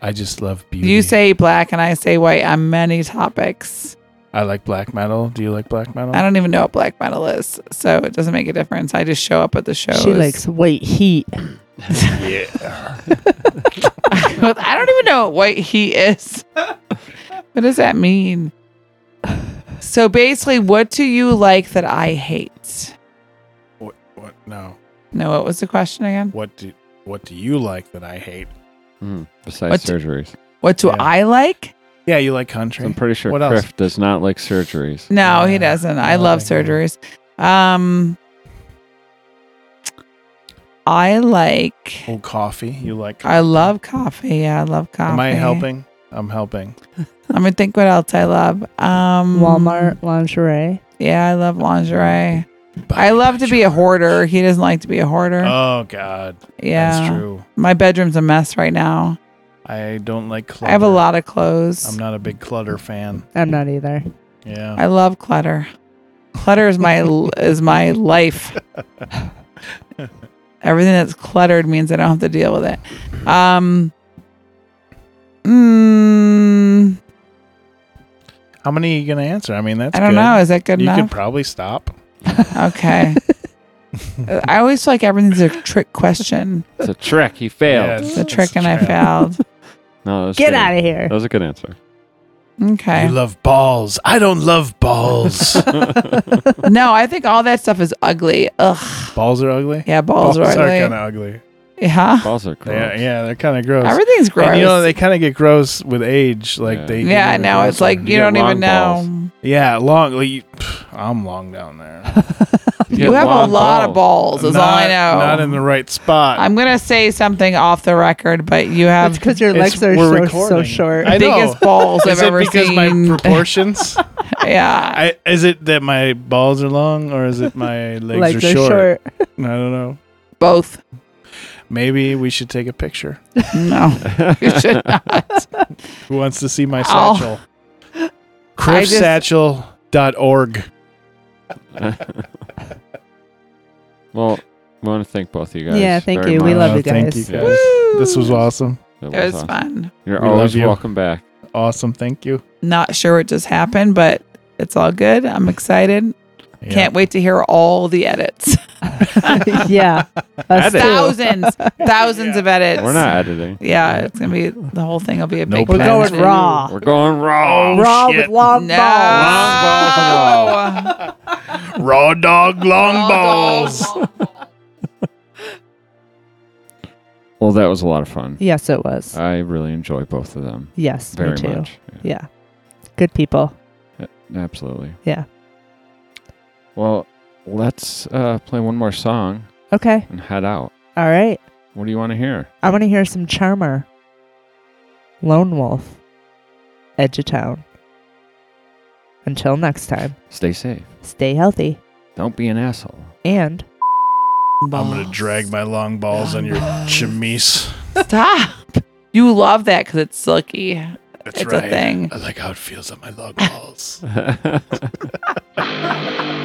I just love beauty. You say black and I say white on many topics. I like black metal. Do you like black metal? I don't even know what black metal is, so it doesn't make a difference. I just show up at the show. She likes white heat. I don't even know what white heat is. what does that mean? So basically, what do you like that I hate? What, what? No. No, what was the question again? What do What do you like that I hate? Mm, besides What's- surgeries. What do Yeah. I like? Yeah, you like country. I'm pretty sure What else? Griff does not like surgeries. No, he Yeah. doesn't. I No, love I get surgeries. Um, I like. Oh, coffee. You like? I love coffee. Yeah, I love coffee. Am I helping? I'm helping. Let me think what else I love. Um, Walmart lingerie. Yeah, I love lingerie. I love to be a hoarder. He doesn't like to be a hoarder. Oh God, yeah, that's true. My bedroom's a mess right now. I don't like clutter. I have a lot of clothes. I'm not a big clutter fan. I'm not either. Yeah. I love clutter. Clutter is my is my life. Everything that's cluttered means I don't have to deal with it. Um, mm, How many are you gonna answer? I mean, that's. I don't good. know. Is that good you enough? could probably stop. okay. I always feel like everything's a trick question. It's a trick. He failed. Yeah, It's a trick, and I failed. No, that was Get good. out of here. That was a good answer. Okay. You love balls. I don't love balls. no, I think all that stuff is ugly. Ugh. balls are ugly. Yeah, balls, balls are ugly. kind of ugly. yeah. Balls are gross. Yeah, yeah, they're kind of gross. Everything's gross. And you know they kind of get gross with age. Like Yeah. they. get yeah, even now it's grosser. like you, You get don't even long know. Yeah, long. Like, you- pff, I'm long down there. You have a lot of balls, is all I know. Not in the right spot. I'm gonna say something off the record, but you have That's because your Um, It's- legs are we're so, so recording. short. I- know. biggest balls I've is it ever because seen. my proportions? yeah. I, is it that my balls are long, or is it my legs, legs are, short? short. I don't know. Both. Maybe we should take a picture. No. you should not. Who wants to see my Ow. satchel? I just- Criffsatchel.org. Well, we want to thank both of you guys. Yeah, thank very you. We much. love Uh, you thank guys. you guys. This was awesome. That It was awesome. fun. You're We love always you. welcome back. Awesome. Thank you. Not sure what just happened, but it's all good. I'm excited. Yeah. Can't wait to hear all the edits. yeah. Us Edit. too. Thousands, thousands of edits. We're not editing. Yeah, it's gonna be the whole thing will be a Nope. big. We're mess. going raw. We're going raw. raw Oh, shit. with long No. balls. Raw dog, long balls. Well, that was a lot of fun. Yes, it Uh, was. I really enjoy both of them yes, very me too. much. Yeah, Yeah. Good people. absolutely. Yeah. Well, let's uh, play one more song Okay. and head out. All right. What do you want to hear? I want to hear some Charmer. Lone Wolf. Edge of Town. Until next time, Stay safe. stay healthy Don't be an asshole. and I'm going to drag my long balls on your chemise. Stop. You love that because it's silky. That's It's a right. thing. I like how it feels on my long balls.